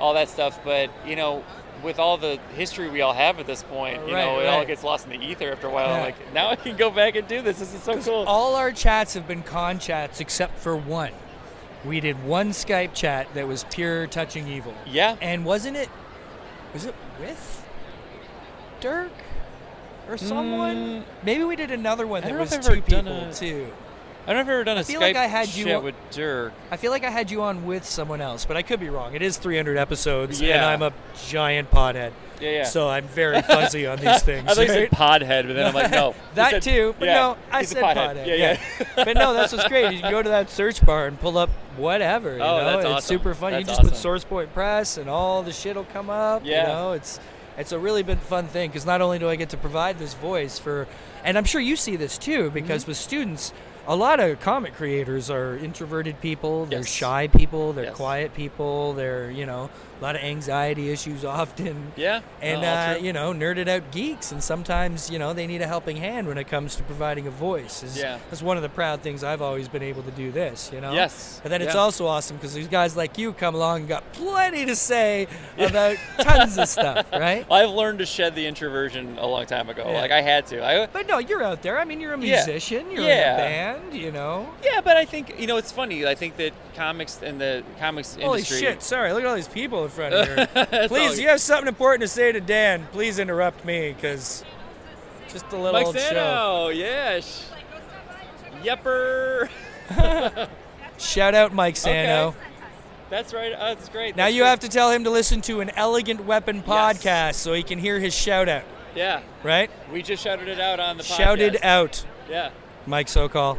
E: all that stuff. But you know with all the history we all have at this point, you
C: Right,
E: know it all
C: right.
E: gets lost in the ether after a while.
C: Yeah.
E: Like now I can go back and do this. This is so cool.
C: All our chats have been con chats except for one. We did one Skype chat that was pure touching evil.
E: yeah.
C: And wasn't it was it with Dirk or someone? Maybe we did another one
E: Hmm. I
C: that
E: don't know if
C: was
E: I've
C: two
E: ever done
C: people
E: a-
C: too.
E: I've never ever done a
C: feel
E: Skype
C: like I had you
E: chat
C: on-
E: with Dirk.
C: I feel like I had you on with someone else, but I could be wrong. It is 300 episodes and
E: Yeah.
C: I'm a giant pothead.
E: Yeah, yeah.
C: So I'm very fuzzy on these things.
E: I thought you
C: right?
E: said podhead, but then I'm like, no. He
C: that
E: said-
C: too, but
E: yeah,
C: no, I
E: he's a
C: said pothead.
E: Yeah, yeah.
C: but no, that's what's great. You can go to that search bar and pull up whatever. You
E: Oh,
C: know?
E: that's
C: It's
E: awesome.
C: super fun. you
E: That's
C: just put
E: awesome.
C: Source Point Press, and all the shit will come up.
E: Yeah.
C: You know, it's it's a really been fun thing because not only do I get to provide this voice for, and I'm sure you see this too because
E: Mm-hmm.
C: with students. A lot of comic creators are introverted people. They're
E: Yes.
C: shy people. They're
E: Yes.
C: quiet people. They're you know a lot of anxiety issues often.
E: Yeah,
C: And
E: no, all
C: uh,
E: true.
C: you know, nerded out geeks, and sometimes you know they need a helping hand when it comes to providing a voice. Is,
E: Yeah.
C: that's one of the proud things I've always been able to do. This, you know.
E: Yes,
C: And then it's
E: yeah.
C: also awesome because these guys like you come along and got plenty to say about tons of stuff, right?
E: I've learned to shed the introversion a long time ago.
C: Yeah.
E: Like I had to. I
C: But no, you're out there. I mean, you're a
E: Yeah.
C: musician. You're
E: Yeah.
C: in a band. You know.
E: yeah, but I think you know it's funny. I think that comics and the comics
C: Holy
E: industry.
C: shit! Sorry, look at all these people in front of you.
E: That's
C: please,
E: all-
C: you have something important to say to Dan. Please interrupt me because just a little
E: Mike
C: old show.
E: Sano, yes. Yepper.
C: Shout out Mike Sano.
E: That's right. Oh, that's great.
C: Now
E: that's
C: you
E: great.
C: have to tell him to listen to an Elegant Weapon podcast so he can hear his shout out,
E: Yeah,
C: right?
E: we just shouted it out on the podcast.
C: Shouted out,
E: Yeah.
C: Mike Sokol.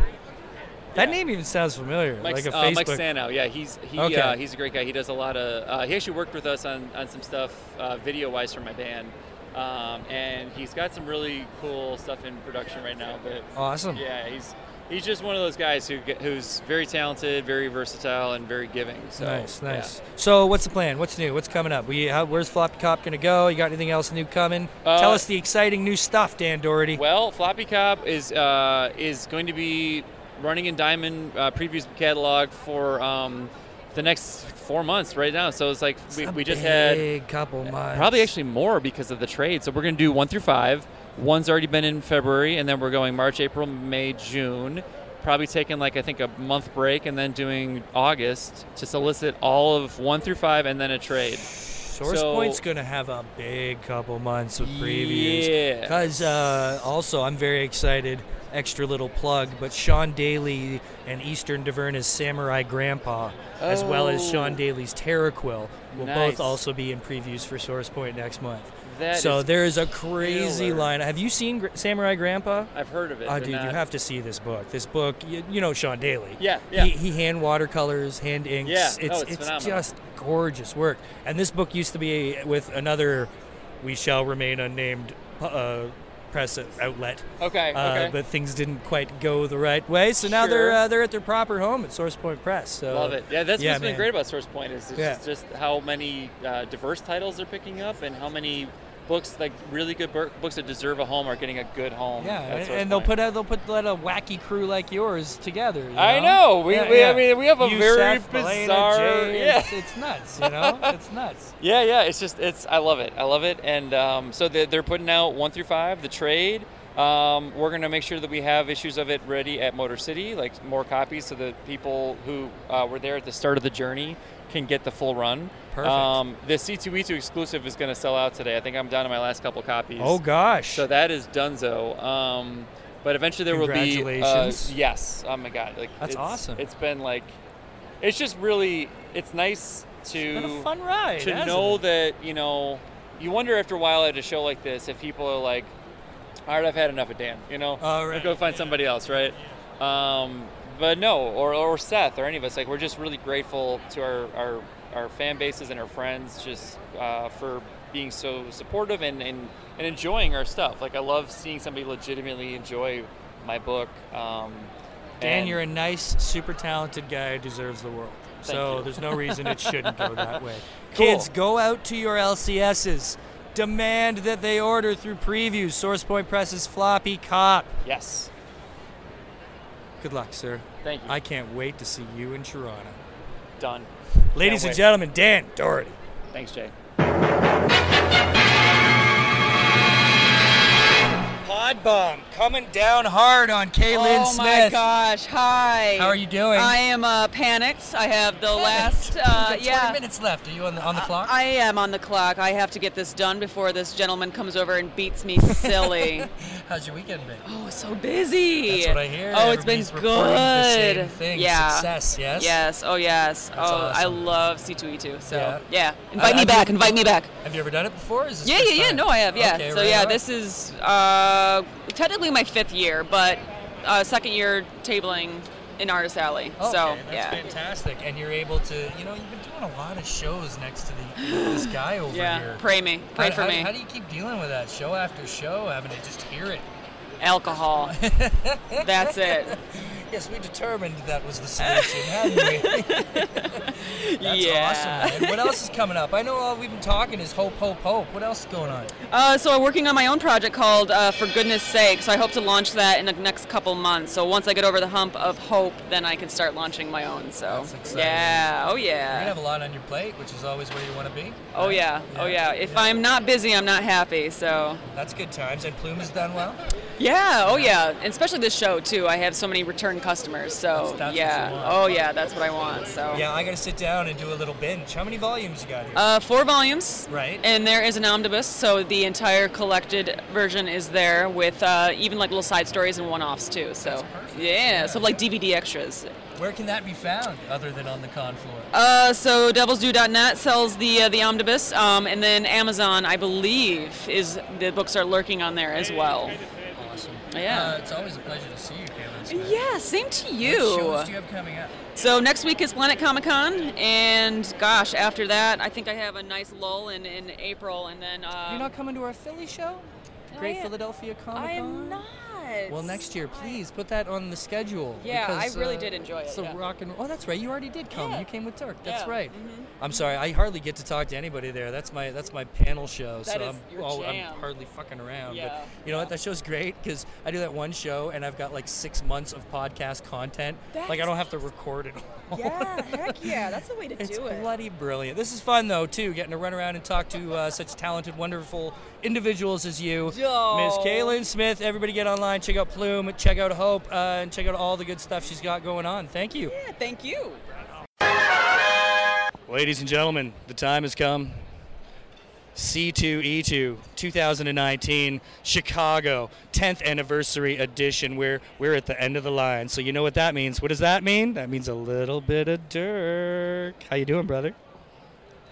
C: That
E: Yeah.
C: name even sounds familiar,
E: Mike,
C: like a
E: uh,
C: Facebook.
E: Mike Sano, yeah, he's he
C: Okay.
E: uh, he's a great guy. He does a lot of. Uh, he actually worked with us on, on some stuff uh, video wise for my band, um, and he's got some really cool stuff in production right now. But
C: awesome.
E: yeah, he's he's just one of those guys who get- who's very talented, very versatile, and very giving. So
C: nice, nice.
E: uh, yeah.
C: So, what's the plan? What's new? What's coming up? We, how, where's Floppy Cop gonna go? You got anything else new coming?
E: Uh,
C: Tell us the exciting new stuff, Dan Doherty.
E: Well, Floppy Cop is uh, is going to be running in Diamond uh, previews catalog for um, the next four months right now. So it's like we,
C: A
E: we just had.
C: big couple months.
E: Probably actually more because of the trade. So we're going to do one through five. One's already been in February, and then we're going March, April, May, June. Probably taking like I think a month break, and then doing August to solicit all of one through five, and then a trade.
C: Source
E: So-
C: Point's going to have a big couple months of previews.
E: Yeah.
C: Because uh, also, I'm very excited. Extra little plug, but Sean Daly and Eastern Diverna's Samurai Grandpa, as well as
E: Oh.
C: Sean Daly's Terraquil, will both
E: Nice.
C: also be in previews for Source Point next month.
E: That
C: so
E: is
C: there is a crazy
E: killer.
C: line. Have you seen Gr- Samurai Grandpa?
E: I've heard of it.
C: Oh,
E: but
C: dude, you
E: not-
C: have to see this book. This book, you, you know Sean Daly.
E: Yeah, yeah.
C: He, he hand watercolors, hand inks.
E: Yeah.
C: It's,
E: Oh, it's phenomenal.
C: just gorgeous work. And this book used to be with another, we shall remain unnamed, uh, press outlet.
E: Okay,
C: Uh,
E: okay.
C: But things didn't quite go the right way, so now they're
E: Sure.
C: uh, they're at their proper home at Source Point Press. So
E: Love it. Yeah, that's what's been
C: uh, man.
E: great about Source Point is it's
C: Yeah.
E: just how many uh, diverse titles they're picking up and how many books, like really good bur- books that deserve a home, are getting a good home.
C: Yeah,
E: at
C: and,
E: Source
C: and they'll
E: Point.
C: put out, they'll put let a wacky crew like yours together. you
E: I know. We- we- I mean, we have a
C: Yousef,
E: very
C: Milena,
E: bizarre-
C: Jay,
E: yeah.
C: it's, it's nuts. You know, it's nuts.
E: Yeah, yeah. It's just it's. I love it. I love it. And um, so they're, they're putting out one through five, the trade. Um, we're gonna make sure that we have issues of it ready at Motor City, like more copies, so that people who uh, were there at the start of the journey can get the full run.
C: Perfect.
E: Um, the C2E2 exclusive is gonna sell out today. I think I'm down to my last couple copies.
C: Oh gosh.
E: So that is Dunzo. Um, but eventually there will be. uh,
C: Congratulations.
E: yes. Oh my God. Like
C: That's
E: it's,
C: awesome.
E: It's been like, it's just really, it's nice to
C: been a fun ride.
E: to
C: hasn't
E: know
C: it?
E: that you know you wonder after a while at a show like this if people are like all right i've had enough of dan you know
C: All right,
E: go find somebody else right um, but no or, or seth or any of us like we're just really grateful to our our, our fan bases and our friends just uh, for being so supportive and, and and enjoying our stuff like i love seeing somebody legitimately enjoy my book um,
C: Dan,
E: and-
C: you're a nice, super talented guy who deserves the world. so
E: you.
C: there's no reason it shouldn't go that way.
E: Cool.
C: Kids, go out to your LCSs. Demand that they order through previews. SourcePoint Press's floppy cop.
E: yes
C: Good luck, sir.
E: thank you
C: I can't wait to see you in Toronto.
E: done
C: Ladies and
E: Can't wait.
C: gentlemen, Dan Doherty.
E: thanks jay
C: Pod bomb coming down hard on Kaylin
G: oh my gosh! Hi.
C: How are you doing?
G: I am uh, panicked. I have the last. Uh, yeah.
C: minutes left. Are you on the, on the clock?
G: I am on the clock. I have to get this done before this gentleman comes over and beats me silly.
C: How's your weekend been?
G: oh, so busy.
C: That's what I hear.
G: Oh, it's been
C: Everybody's
G: good.
C: reporting the same thing.
G: Yeah.
C: Success, yes?
G: Yes. Oh, yes.
C: That's
G: oh, I
C: awesome.
G: love C2E2. So
C: Yeah.
G: yeah. Invite
C: I-
G: me
C: I
G: back.
C: do-
G: Invite me back.
C: Have you ever done it before? Is this
G: Yeah,
C: first
G: yeah, yeah.
C: time?
G: No, I have. Yeah.
C: Okay,
G: so
C: right,
G: yeah,
C: right.
G: this is uh, technically my fifth year, but uh, second year tabling in Artist Alley.
C: Okay,
G: so
C: that's
G: yeah.
C: fantastic. And you're able to, you know, you've been doing a lot of shows next to the, this guy over
G: Yeah.
C: here.
G: Pray me. Pray
C: How-
G: for
C: how,
G: me.
C: How do you keep dealing with that show after show, having to just hear it?
G: Alcohol. That's it.
C: Yes, we determined that was the solution, hadn't we? That's
G: yeah.
C: awesome, man. What else is coming up? I know all we've been talking is hope, hope, hope. What else is going on?
G: Uh, so I'm working on my own project called uh, For Goodness Sake. So I hope to launch that in the next couple months. So once I get over the hump of hope, then I can start launching my own. So
C: That's exciting.
G: yeah. Oh
C: You're gonna
G: yeah.
C: have a lot on your plate, which is always where you want to be.
G: Oh
C: right?
G: yeah. Oh yeah. If I'm not busy, I'm not happy. So
C: That's good times. And Plume has done well.
G: yeah. Oh yeah. And especially this show too. I have so many return customers. So
C: That's- that's what
G: yeah.
C: you want.
G: Oh yeah. That's what I want. So
C: Yeah, I gotta sit down and do a little binge. How many volumes you got here?
G: Uh, four volumes.
C: Right.
G: And there is an omnibus, so the entire collected version is there with uh, even like little side stories and one-offs too. So
C: perfect.
G: yeah, so like DVD extras.
C: Where can that be found other than on the con floor?
G: Uh, so devilsdue.net sells the uh, the omnibus, um, and then Amazon, I believe, is the books are lurking on there as well.
C: Awesome.
G: yeah.
C: Uh, it's always a pleasure to see you, Kaylin. Smith.
G: Yeah, same to
C: What shows do
G: you.
C: you have coming up?
G: So next week is Planet Comic Con, and gosh, after that, I think I have a nice lull in, in April, and then uh,
C: You're not coming to our Philly show? Great
G: I-
C: Philadelphia Comic Con.
G: I am not.
C: Well, next year, please put that on the schedule.
G: Yeah, I
C: because,
G: really
C: uh,
G: did enjoy it,
C: It's a
G: yeah.
C: rock and oh, that's right. You already did come.
G: Yeah.
C: You came with Turk. That's
G: Yeah, Mm-hmm.
C: right. I'm sorry. I hardly get to talk to anybody there. That's my that's my panel show. so
G: That is
C: I'm
G: your
C: oh, I'm
G: jam.
C: hardly fucking around.
G: Yeah,
C: But you know what? That show's great because I do that one show and I've got like six months of podcast content. like I don't have to record it. all.
G: Yeah, heck yeah, that's the way to
C: It's
G: do it.
C: bloody brilliant. This is fun though too, getting to run around and talk to uh, such talented, wonderful individuals as you,
G: Yo.
C: Miss Kaylin Smith. Everybody, get online, check out Plume, check out Hope, uh, and check out all the good stuff she's got going on. Thank you,
G: Yeah, thank you.
C: ladies and gentlemen. The time has come. E C2E2 2019 Chicago 10th anniversary edition. We're we're at the end of the line, so you know what that means. What does that mean? That means a little bit of Dirk. How you doing, brother?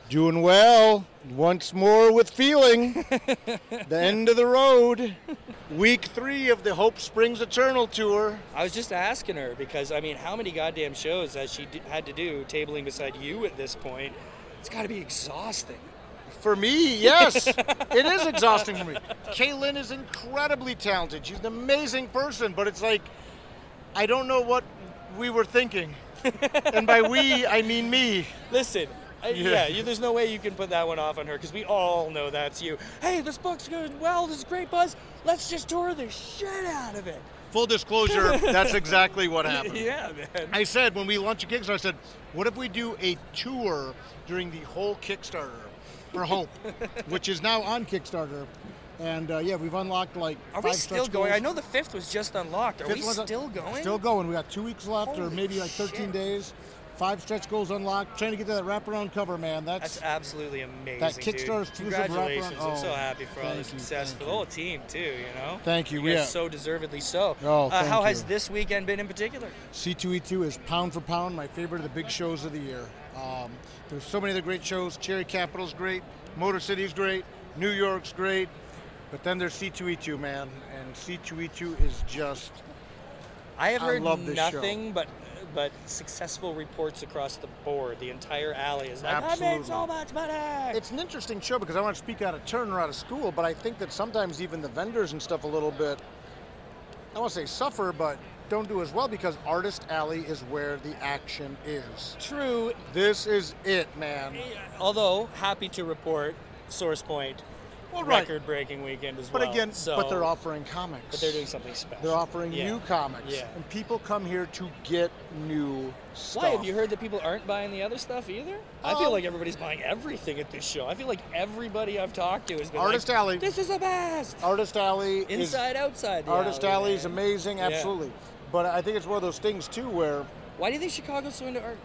D: Doing well. Once more with feeling. the end of the road. Week three of the Hope Springs Eternal Tour.
C: I was just asking her because I mean, how many goddamn shows has she d- had to do tabling beside you at this point? It's got to be exhausting.
H: For me, yes, it is exhausting for me. Kaylin is incredibly talented. She's an amazing person, but it's like I don't know what we were thinking. and by we, I mean me.
C: Listen, I, yeah, you, there's no way you can put that one off on her because we all know that's you. Hey, this book's good. Well, this is great, Buzz. Let's just tour the shit out of it.
H: Full disclosure, that's exactly what happened.
C: Yeah, man.
H: I said when we launched a Kickstarter, I said, what if we do a tour during the whole Kickstarter for Hope, which is now on Kickstarter. And uh, yeah, we've unlocked like.
C: Are
H: five
C: we still
H: stretch
C: going?
H: goals.
C: I know the fifth was just unlocked. Are
H: Fifth
C: we
H: one's-
C: still going?
H: Still going. We got two weeks left, or
C: Holy
H: maybe like 13
C: shit.
H: days. Five stretch goals unlocked. Trying to get to that wraparound cover, man. That's,
C: That's uh, absolutely amazing.
H: That
C: dude.
H: Kickstarter exclusive wrapper on-
C: Congratulations! I'm so
H: oh,
C: happy for all the
H: thank you,
C: success
H: thank
C: for the
H: you.
C: whole team too. You know.
H: Thank you,
C: You guys
H: yeah.
C: So deservedly so.
H: Oh,
C: Uh, how
H: thank
C: has
H: you.
C: this weekend been in particular?
H: C2E2 E is pound for pound my favorite of the big shows of the year. Um, there's so many other great shows. Cherry Capital's great, Motor City's great, New York's great, but then there's C2E2, man, and C2E2 is just
C: I have
H: I
C: heard
H: love this show.
C: nothing but but successful reports across the board. The entire alley is like, I made
H: Absolutely.
C: so much money.
H: it's an interesting show because I want to speak out of turn or out of school, but I think that sometimes even the vendors and stuff a little bit, I won't say suffer, but don't do as well because Artist Alley is where the action is.
C: true.
H: This is it, man.
C: Although happy to report, Source Point
H: Well, right.
C: record-breaking weekend as
H: But
C: well.
H: again,
C: so,
H: but they're offering comics.
C: But they're doing something special.
H: They're offering
C: Yeah.
H: new comics,
C: Yeah.
H: and people come here to get new stuff.
C: Why have you heard that people aren't buying the other stuff either? I feel
H: Um,
C: like everybody's buying everything at this show. I feel like everybody I've talked to has been
H: Artist
C: like,
H: Alley.
C: This is the best.
H: Artist Alley is
C: Inside, outside. The
H: Artist
C: alley,
H: Alley is
C: man.
H: amazing,
C: Yeah.
H: absolutely. But I think it's one of those things too where
C: Why do you think Chicago's so into art?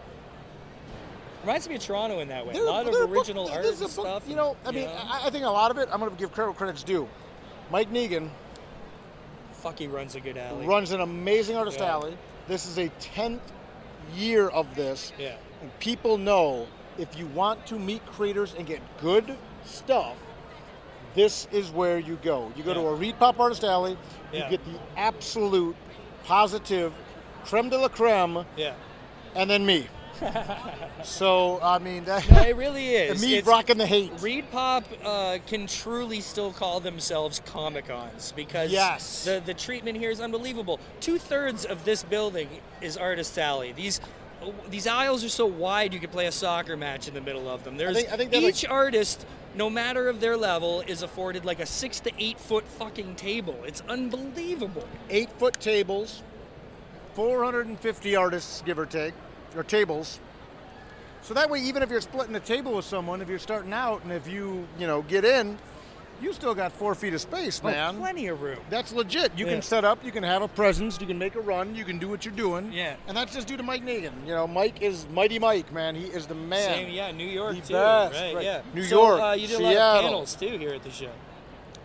C: Reminds me of Toronto in that way.
H: They're-
C: a lot of
H: they're book-
C: original
H: this
C: art
H: is a
C: and
H: book-
C: stuff.
H: You know, I
C: and,
H: mean, I, I think a lot of it. I'm going to give credit where credit's due. Mike Negan
C: fuck, he runs a good alley.
H: runs an amazing artist
C: Yeah.
H: alley. This is a tenth year of this,
C: Yeah.
H: and people know if you want to meet creators and get good stuff. This is where you go. You go to
C: Yeah.
H: a Reed Pop Artist Alley, you
C: Yeah.
H: get the absolute positive creme de la creme,
C: Yeah.
H: and then me. so, I mean, that,
C: No, it really is.
H: me
C: It's-
H: rocking the hate.
C: Reed Pop uh, can truly still call themselves Comic Cons because
H: Yes.
C: the, the treatment here is unbelievable. Two thirds of this building is Artist Alley. These these aisles are so wide you could play a soccer match in the middle of them. There's
H: think- I think that, like-
C: each artist, no matter of their level, is afforded like a six to eight foot fucking table. It's unbelievable.
H: eight foot tables, 450 artists, give or take, or tables. So that way, even if you're splitting a table with someone, if you're starting out and if you, you know, get in, you still got four feet of space, man.
C: Oh, Plenty of room.
H: that's legit. You
C: Yeah.
H: can set up, you can have a presence, you can make a run, you can do what you're doing.
C: Yeah.
H: And that's just due to Mike Nagan. You know, Mike is Mighty Mike, man. He is the man.
C: Same, yeah, New York
H: The
C: too.
H: best,
C: right,
H: right.
C: yeah.
H: New
C: So,
H: York,
C: uh, you did a lot of
H: Seattle.
C: panels too here at the show,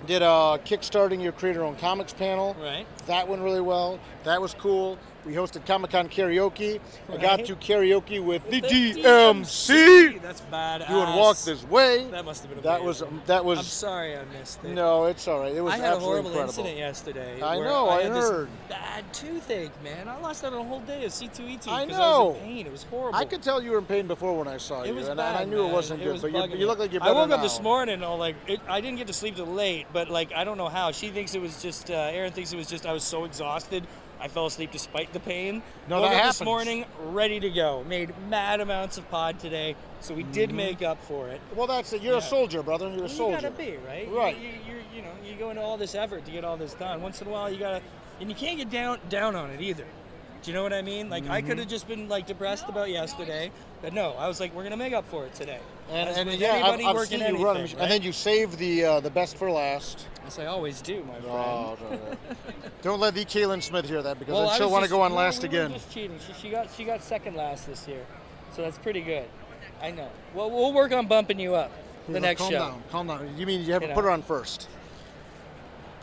H: Did a Kickstarting Your Creator Own Comics panel.
C: right?
H: That went really well. That was cool. We hosted Comic Con karaoke. I
C: Right.
H: got to karaoke with the,
C: The
H: DMC.
C: That's badass.
H: Doing walk this way.
C: That must have been
H: That
C: amazing.
H: was um, that
C: I'm
H: was
C: sorry I missed it.
H: no. It's all right. It was
C: I had a
H: absolutely
C: horrible
H: incredible.
C: incident yesterday.
H: I
C: where
H: know,
C: I,
H: I
C: had
H: heard.
C: This bad toothache, man. I lost out on a whole day of C2E2
H: I
C: because I was in
H: know.
C: pain. It was horrible.
H: I could tell you were in pain before when I saw
C: It
H: you,
C: was
H: and,
C: bad,
H: and I knew
C: man.
H: it wasn't good.
C: was
H: but you,
C: bugging
H: you look
C: me.
H: like you're
C: I
H: better
C: woke up
H: now.
C: this morning and all like it, I didn't get to sleep till late, but like I don't know how. She thinks it was just uh, Aaron thinks it was just I was so exhausted. I fell asleep despite the pain.
H: No,
C: woke
H: that
C: up this
H: happens.
C: morning ready to go. Made mad amounts of pod today, so we
H: Mm-hmm.
C: did make up for it.
H: Well, that's it. You're
C: Yeah.
H: a soldier, brother. You're a
C: Well,
H: soldier.
C: You gotta be right. You-
H: Right.
C: You, you, you know you go into all this effort to get all this done. Once in a while you gotta, and you can't get down down on it either. Do you know what I mean? Like I
H: Mm-hmm.
C: could have just been like depressed about yesterday, but no, I was like, we're gonna make up for it today.
H: And,
C: As
H: and
C: with
H: yeah, I've,
C: anybody
H: I've
C: working
H: seen you run.
C: anything,
H: And
C: right?
H: then you saved the uh, the best for last.
C: As I always do, my friend.
H: Oh, no, no. don't let the Kaylin Smith hear that because
C: Well, I
H: then she'll
C: was
H: want to
C: just-
H: go on
C: no,
H: last
C: we were
H: again.
C: just cheating. She, she got she got second last this year, so that's pretty good. I know. Well, we'll work on bumping you up the
H: Here,
C: next
H: calm
C: show.
H: down, calm down. You mean you have
C: You
H: to put her
C: know.
H: on first?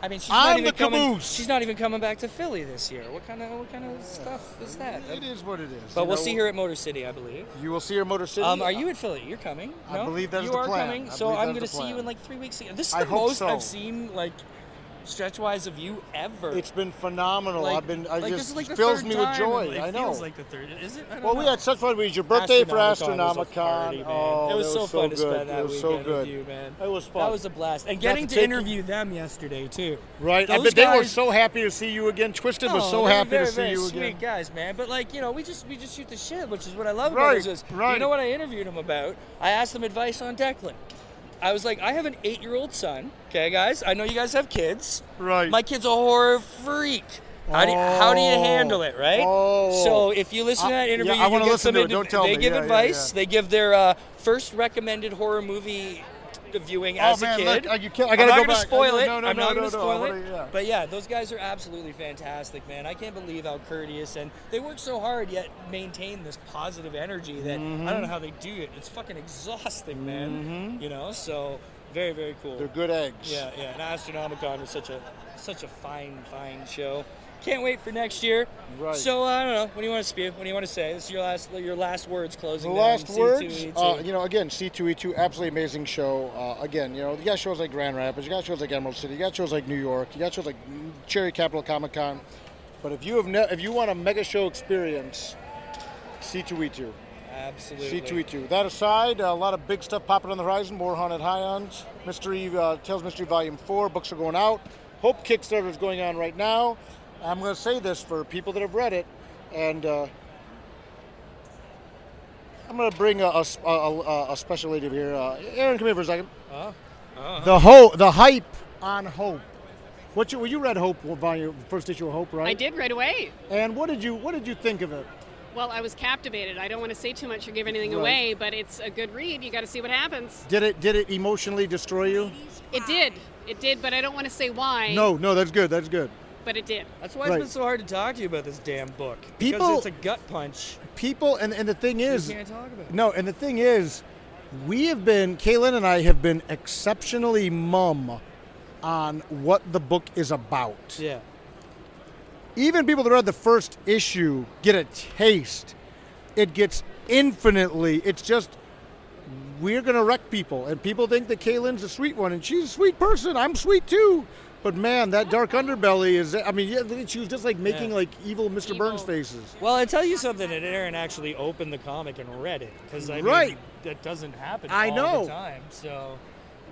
C: I mean, she's
H: I'm
C: not even
H: the
C: coming.
H: caboose.
C: She's not even coming back to Philly this year. What kind of what kind of stuff is that?
H: It is what it is.
C: But
H: You
C: we'll
H: know,
C: see her at Motor City, I believe.
H: You will see her Motor City.
C: Um, are you at Philly? You're coming.
H: I
C: No?
H: believe that is
C: you
H: the
C: are
H: plan.
C: coming.
H: I
C: so
H: believe
C: I'm
H: that
C: going
H: is
C: to
H: the
C: see you
H: plan.
C: in like three weeks. This is
H: I
C: the
H: hope
C: most
H: so.
C: I've seen like stretch wise of you ever.
H: It's been phenomenal.
C: Like-
H: I've been. I
C: like, this
H: just
C: is like the
H: fills
C: third
H: me with
C: time.
H: joy.
C: It
H: I know.
C: Feels like the third. Is it? I don't
H: well, we
C: know.
H: had such fun. We had your birthday for
C: Astronomicon was a party,
H: Astronomicon.
C: man.
H: Oh,
C: it was,
H: that
C: so fun to
H: good.
C: spend that
H: it was
C: weekend
H: so good.
C: with you, man.
H: It was fun.
C: That was a blast, and getting to,
H: to take-
C: interview them yesterday too.
H: right. I
C: Those
H: bet they were
C: guys-
H: so happy to see you again. Twisted was
C: Oh,
H: so
C: they were
H: happy
C: very,
H: to see
C: very
H: you
C: sweet
H: again.
C: guys, man. But like, you know, we just we just shoot the shit, which is what I love
H: Right,
C: about this.
H: right.
C: You know what I interviewed him about? I asked him advice on Declan. I was like, I have an eight-year-old son. Okay, guys, I know you guys have kids.
H: Right.
C: My kid's a horror freak. How do, you, how do you
H: Oh.
C: handle it, right?
H: Oh.
C: So if you listen to
H: I-
C: that
H: yeah,
C: interview,
H: I
C: you
H: wanna
C: can get
H: listen
C: some
H: to it.
C: into-
H: Don't tell
C: They
H: me.
C: give
H: Yeah, yeah,
C: advice.
H: yeah.
C: They give their uh, first recommended horror movie t- viewing
H: Oh,
C: as
H: man,
C: a kid.
H: look, uh, you can't- I
C: I'm
H: gotta
C: not
H: go
C: gonna
H: back.
C: spoil
H: No,
C: it.
H: no, no,
C: I'm
H: no,
C: not
H: no,
C: gonna
H: no, I
C: spoil
H: wanna-
C: it.
H: yeah.
C: But yeah, those guys are absolutely fantastic, man. I can't believe how courteous and they work so hard yet maintain this positive energy that I don't know how they do it. It's fucking exhausting, man. You know, so very very cool.
H: Mm-hmm. They're good eggs.
C: Yeah, yeah. And Astronomicon was such a such a fine, fine show. Can't wait for next year.
H: Right.
C: So uh, I don't know. What do you want to spew? What do you want to say? This is your last your last words
H: The
C: closing. down E
H: last words,
C: C2E2.
H: uh, you know, again, C2E2, absolutely amazing show. Uh, again, you know, you got shows like Grand Rapids, you got shows like Emerald City, you got shows like New York, you got shows like Cherry Capital Comic Con. But if you have ne- if you want a mega show experience, E C2E2,
C: Absolutely.
H: C2E2. That aside, a lot of big stuff popping on the horizon. More haunted highlands, mystery uh, tales, mystery volume four. Books are going out. Hope Kickstarter is going on right now. I'm going to say this for people that have read it, and uh, I'm going to bring a, a, a- a- a special lady over here. Uh, Aaron, come here for a second. The hope, the hype on hope. What you, well, you read Hope volume first issue of Hope, right?
I: I did right away.
H: And what did you what did you think of it?
I: Well, I was captivated. I don't want to say too much or give anything
H: Right.
I: away, but it's a good read. You got to see what happens.
H: Did it did it emotionally destroy you?
I: It did. It did, but I don't want to say why.
H: No, no, that's good. That's good.
I: But it did.
C: That's why
H: Right.
C: it's been so hard to talk to you about this damn book.
H: People-
C: because it's a gut punch.
H: people and, and the thing is
C: can't talk about it.
H: no and the thing is we have been kaylin and i have been exceptionally mum on what the book is about
C: Yeah.
H: even people that read the first issue get a taste it gets infinitely it's just we're gonna wreck people and people think that kaylin's a sweet one and she's a sweet person i'm sweet too but man that dark underbelly is i mean yeah, she was just like making
C: Yeah.
H: like evil mr burns faces
C: Well, I tell you something that Aaron actually opened the comic and read it because I mean,
H: Right.
C: that doesn't happen.
H: I
C: all
H: know.
C: the time. So,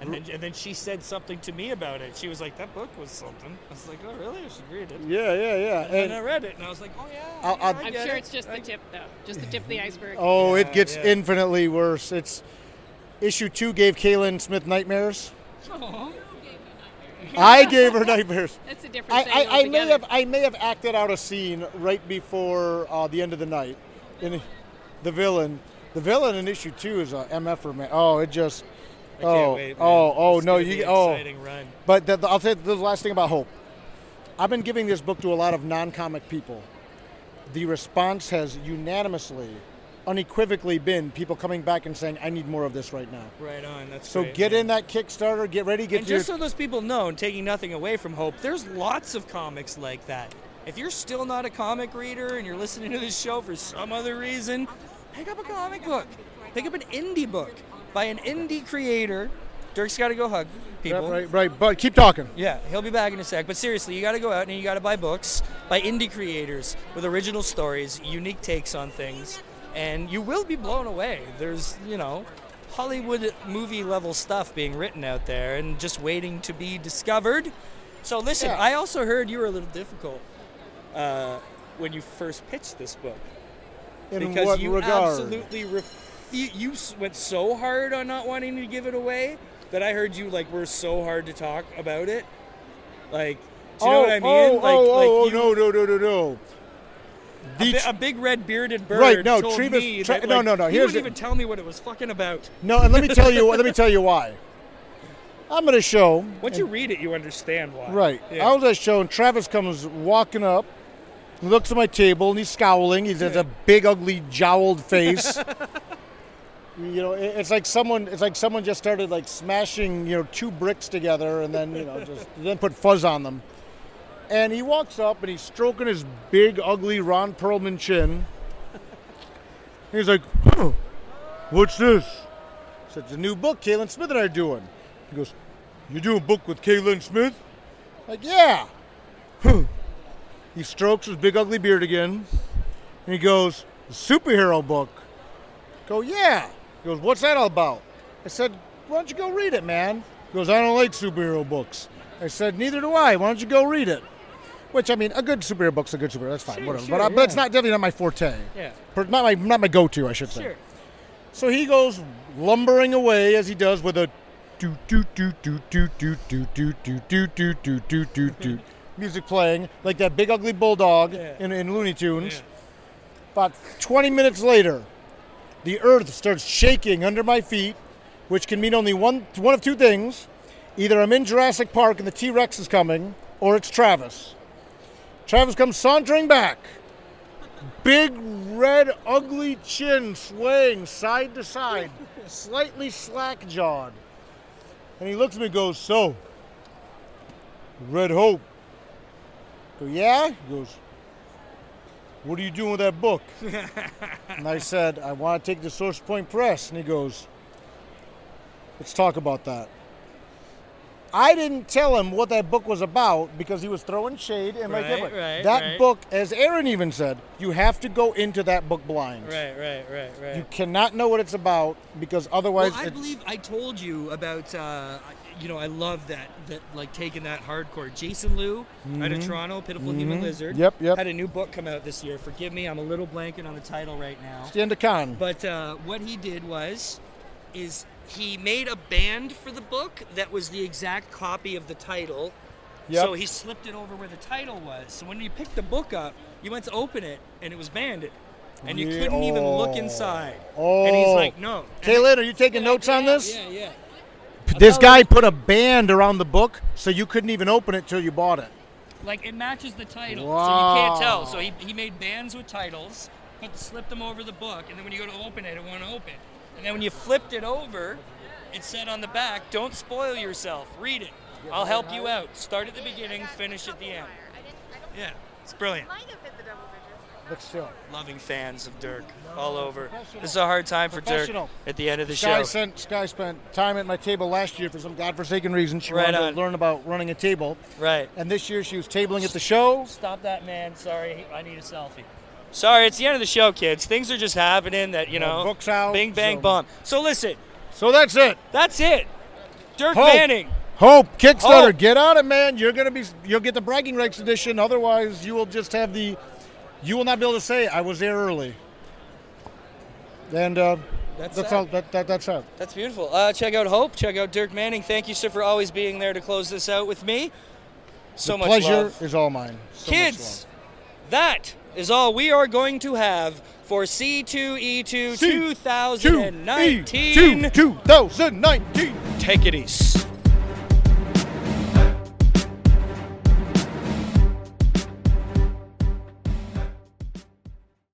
C: and then and then she said something to me about it. She was like, "That book was something." I was like, "Oh, really?" She read it.
H: yeah yeah yeah
C: And, then I read it and I was like, "Oh yeah."
H: I'll-
C: yeah,
H: I'll-
C: I
I: I'm
C: get
I: sure
C: it."
I: it's just the tip, though. Just the tip of the iceberg.
H: Oh, it
C: Yeah,
H: gets
C: yeah.
H: infinitely worse. It's issue two gave Kaylin Smith nightmares. I gave her nightmares.
I: That's a different
H: I,
I: thing.
H: I, I may
I: altogether.
H: have I may have acted out a scene right before uh, the end of the night. In the villain, the villain in issue two is a mf'er man. Oh, it just.
C: I
H: Oh,
C: can't wait, man.
H: oh, oh,
C: It's
H: no,
C: gonna
H: you-
C: be an
H: oh.
C: Exciting run.
H: But the, the, I'll say the last thing about hope. I've been giving this book to a lot of non-comic people. The response has unanimously, unequivocally been people coming back and saying, "I need more of this right now."
C: Right on. That's
H: So
C: great,
H: get
C: man.
H: in that Kickstarter. Get ready. Get
C: And
H: your
C: just so those people know, and taking nothing away from Hope, there's lots of comics like that. If you're still not a comic reader and you're listening to this show for some other reason, pick up a comic book. Pick up an indie book by an indie creator. Dirk's got to go hug people.
H: right, right. But keep talking.
C: Yeah, he'll be back in a sec. But seriously, you got to go out and you got to buy books by indie creators with original stories, unique takes on things, and you will be blown away. There's, you know, Hollywood movie level stuff being written out there and just waiting to be discovered. So listen,
H: Yeah.
C: I also heard you were a little difficult uh, when you first pitched this book
H: In
C: because
H: what
C: you
H: regard?
C: absolutely refu- you s- went so hard on not wanting to give it away that I heard you like were so hard to talk about it. Like, do you know
H: oh,
C: what I mean?
H: Oh,
C: like,
H: oh, oh,
C: like you,
H: oh, no, no, no, no, no.
C: a, um,
H: The
C: bi-
H: tr-
C: a big red bearded bird.
H: Right, no,
C: told
H: Trevis-
C: me
H: Tre-
C: that,
H: no,
C: like,
H: no, no,
C: He
H: here's
C: wouldn't
H: the-
C: even tell me what it was fucking about.
H: no, and let me tell you. Let me tell you why. I'm at a show.
C: Once you read it, you understand why.
H: Right.
C: Yeah.
H: I was at a show and Travis comes walking up, looks at my table and he's scowling. He has a big, ugly, jowled face. you know, it- it's like someone it's like someone just started like smashing, you know, two bricks together and then, you know, just then put fuzz on them. And he walks up and he's stroking his big, ugly Ron Perlman chin. He's like, "Huh, what's this? I said, it's a new book Kaylin Smith and I are doing. He goes, you doing a book with Kaylin Smith? Like, yeah. he strokes his big ugly beard again, and he goes, "Superhero book." Go, yeah. He goes, "What's that all about?" I said, "Why don't you go read it, man?" He goes, "I don't like superhero books." I said, "Neither do I. Why don't you go read it?" Which I mean, a good superhero book's a good superhero. That's fine, whatever. but, I, but it's not definitely not my forte.
J: Yeah.
H: Per- Not my not my go-to, I should say. So he goes lumbering away as he does with a do do do do do do do do do do do do do do do music playing like that big ugly bulldog in, in Looney Tunes. About 20 minutes later, the earth starts shaking under my feet, which can mean only one one of two things: either I'm in Jurassic Park and the T Rex is coming, or it's Travis. Travis comes sauntering back big red ugly chin swaying side to side, slightly slack jawed. And he looks at me and goes, So, Red Hope. I go, yeah? He goes, What are you doing with that book? and I said, I want to take the Source Point Press. And he goes, Let's talk about that. I didn't tell him what that book was about because he was throwing shade and like
J: Right,
H: different.
J: right,
H: that
J: right.
H: book, as Aaron even said, you have to go into that book blind.
J: Right, right, right, right.
H: You cannot know what it's about because otherwise,
C: Well, I
H: it-
C: believe I told you about. Uh, you know, I love that that like taking that hardcore. Jason Liu out of
H: Mhm.
C: Toronto, Pitiful Human
H: Mhm.
C: Lizard.
H: Yep, yep.
C: Had a new book come out this year. Forgive me, I'm a little blanking on the title right now.
H: Stand to con.
C: But uh, what he did was, is he made a band for the book that was the exact copy of the title.
H: Yep.
C: So he slipped it over where the title was. So when you picked the book up, you went to open it and it was banded, and you
H: Yeah,
C: couldn't even look
H: oh.
C: inside.
H: oh,
C: And he's like, no.
H: Kaylin, are you taking notes on this?
C: Yeah, yeah.
H: This guy put a band around the book so you couldn't even open it till you bought it.
C: Like it matches the title, so you can't
H: Wow.
C: tell. So he, he made bands with titles, put slipped them over the book, and then when you go to open it, it won't open. And then when you flipped it over, it said on the back, "Don't spoil yourself. Read it. I'll help you out. Start at the beginning, finish at the end." Yeah, it's brilliant.
H: But still,
C: Loving fans of Dirk all over. This is a hard time for Dirk
H: Professional.
C: at the end of the
H: Sky
C: show.
H: Sent, Sky spent time at my table last year for some godforsaken reason. She
C: Right
H: wanted
C: on.
H: to learn about running a table.
C: Right.
H: And this year she was tabling at the show.
C: Stop that man. Sorry, I need a selfie. Sorry, it's the end of the show, kids. Things are just happening that, you know.
H: books out.
C: Bing, bang,
H: so-
C: bump. So listen,
H: So that's it.
C: that's it. Dirk
H: Hope.
C: Manning.
H: Hope Kickstarter,
C: Hope.
H: get on it, man. You're gonna be, you'll get the bragging rights edition. Otherwise, you will just have the, you will not be able to say I was there early. And uh,
C: That's
H: that's,
C: it.
H: all. That, that that's it.
C: That's beautiful. Uh, check out Hope. Check out Dirk Manning. Thank you, sir, for always being there to close this out with me. So
H: The
C: much
H: pleasure
C: love.
H: is all mine. So much
C: Kids, that is all we are going to have for E C2E2
H: love.
C: 2019.
H: Two, two, 2019.
C: Take it easy.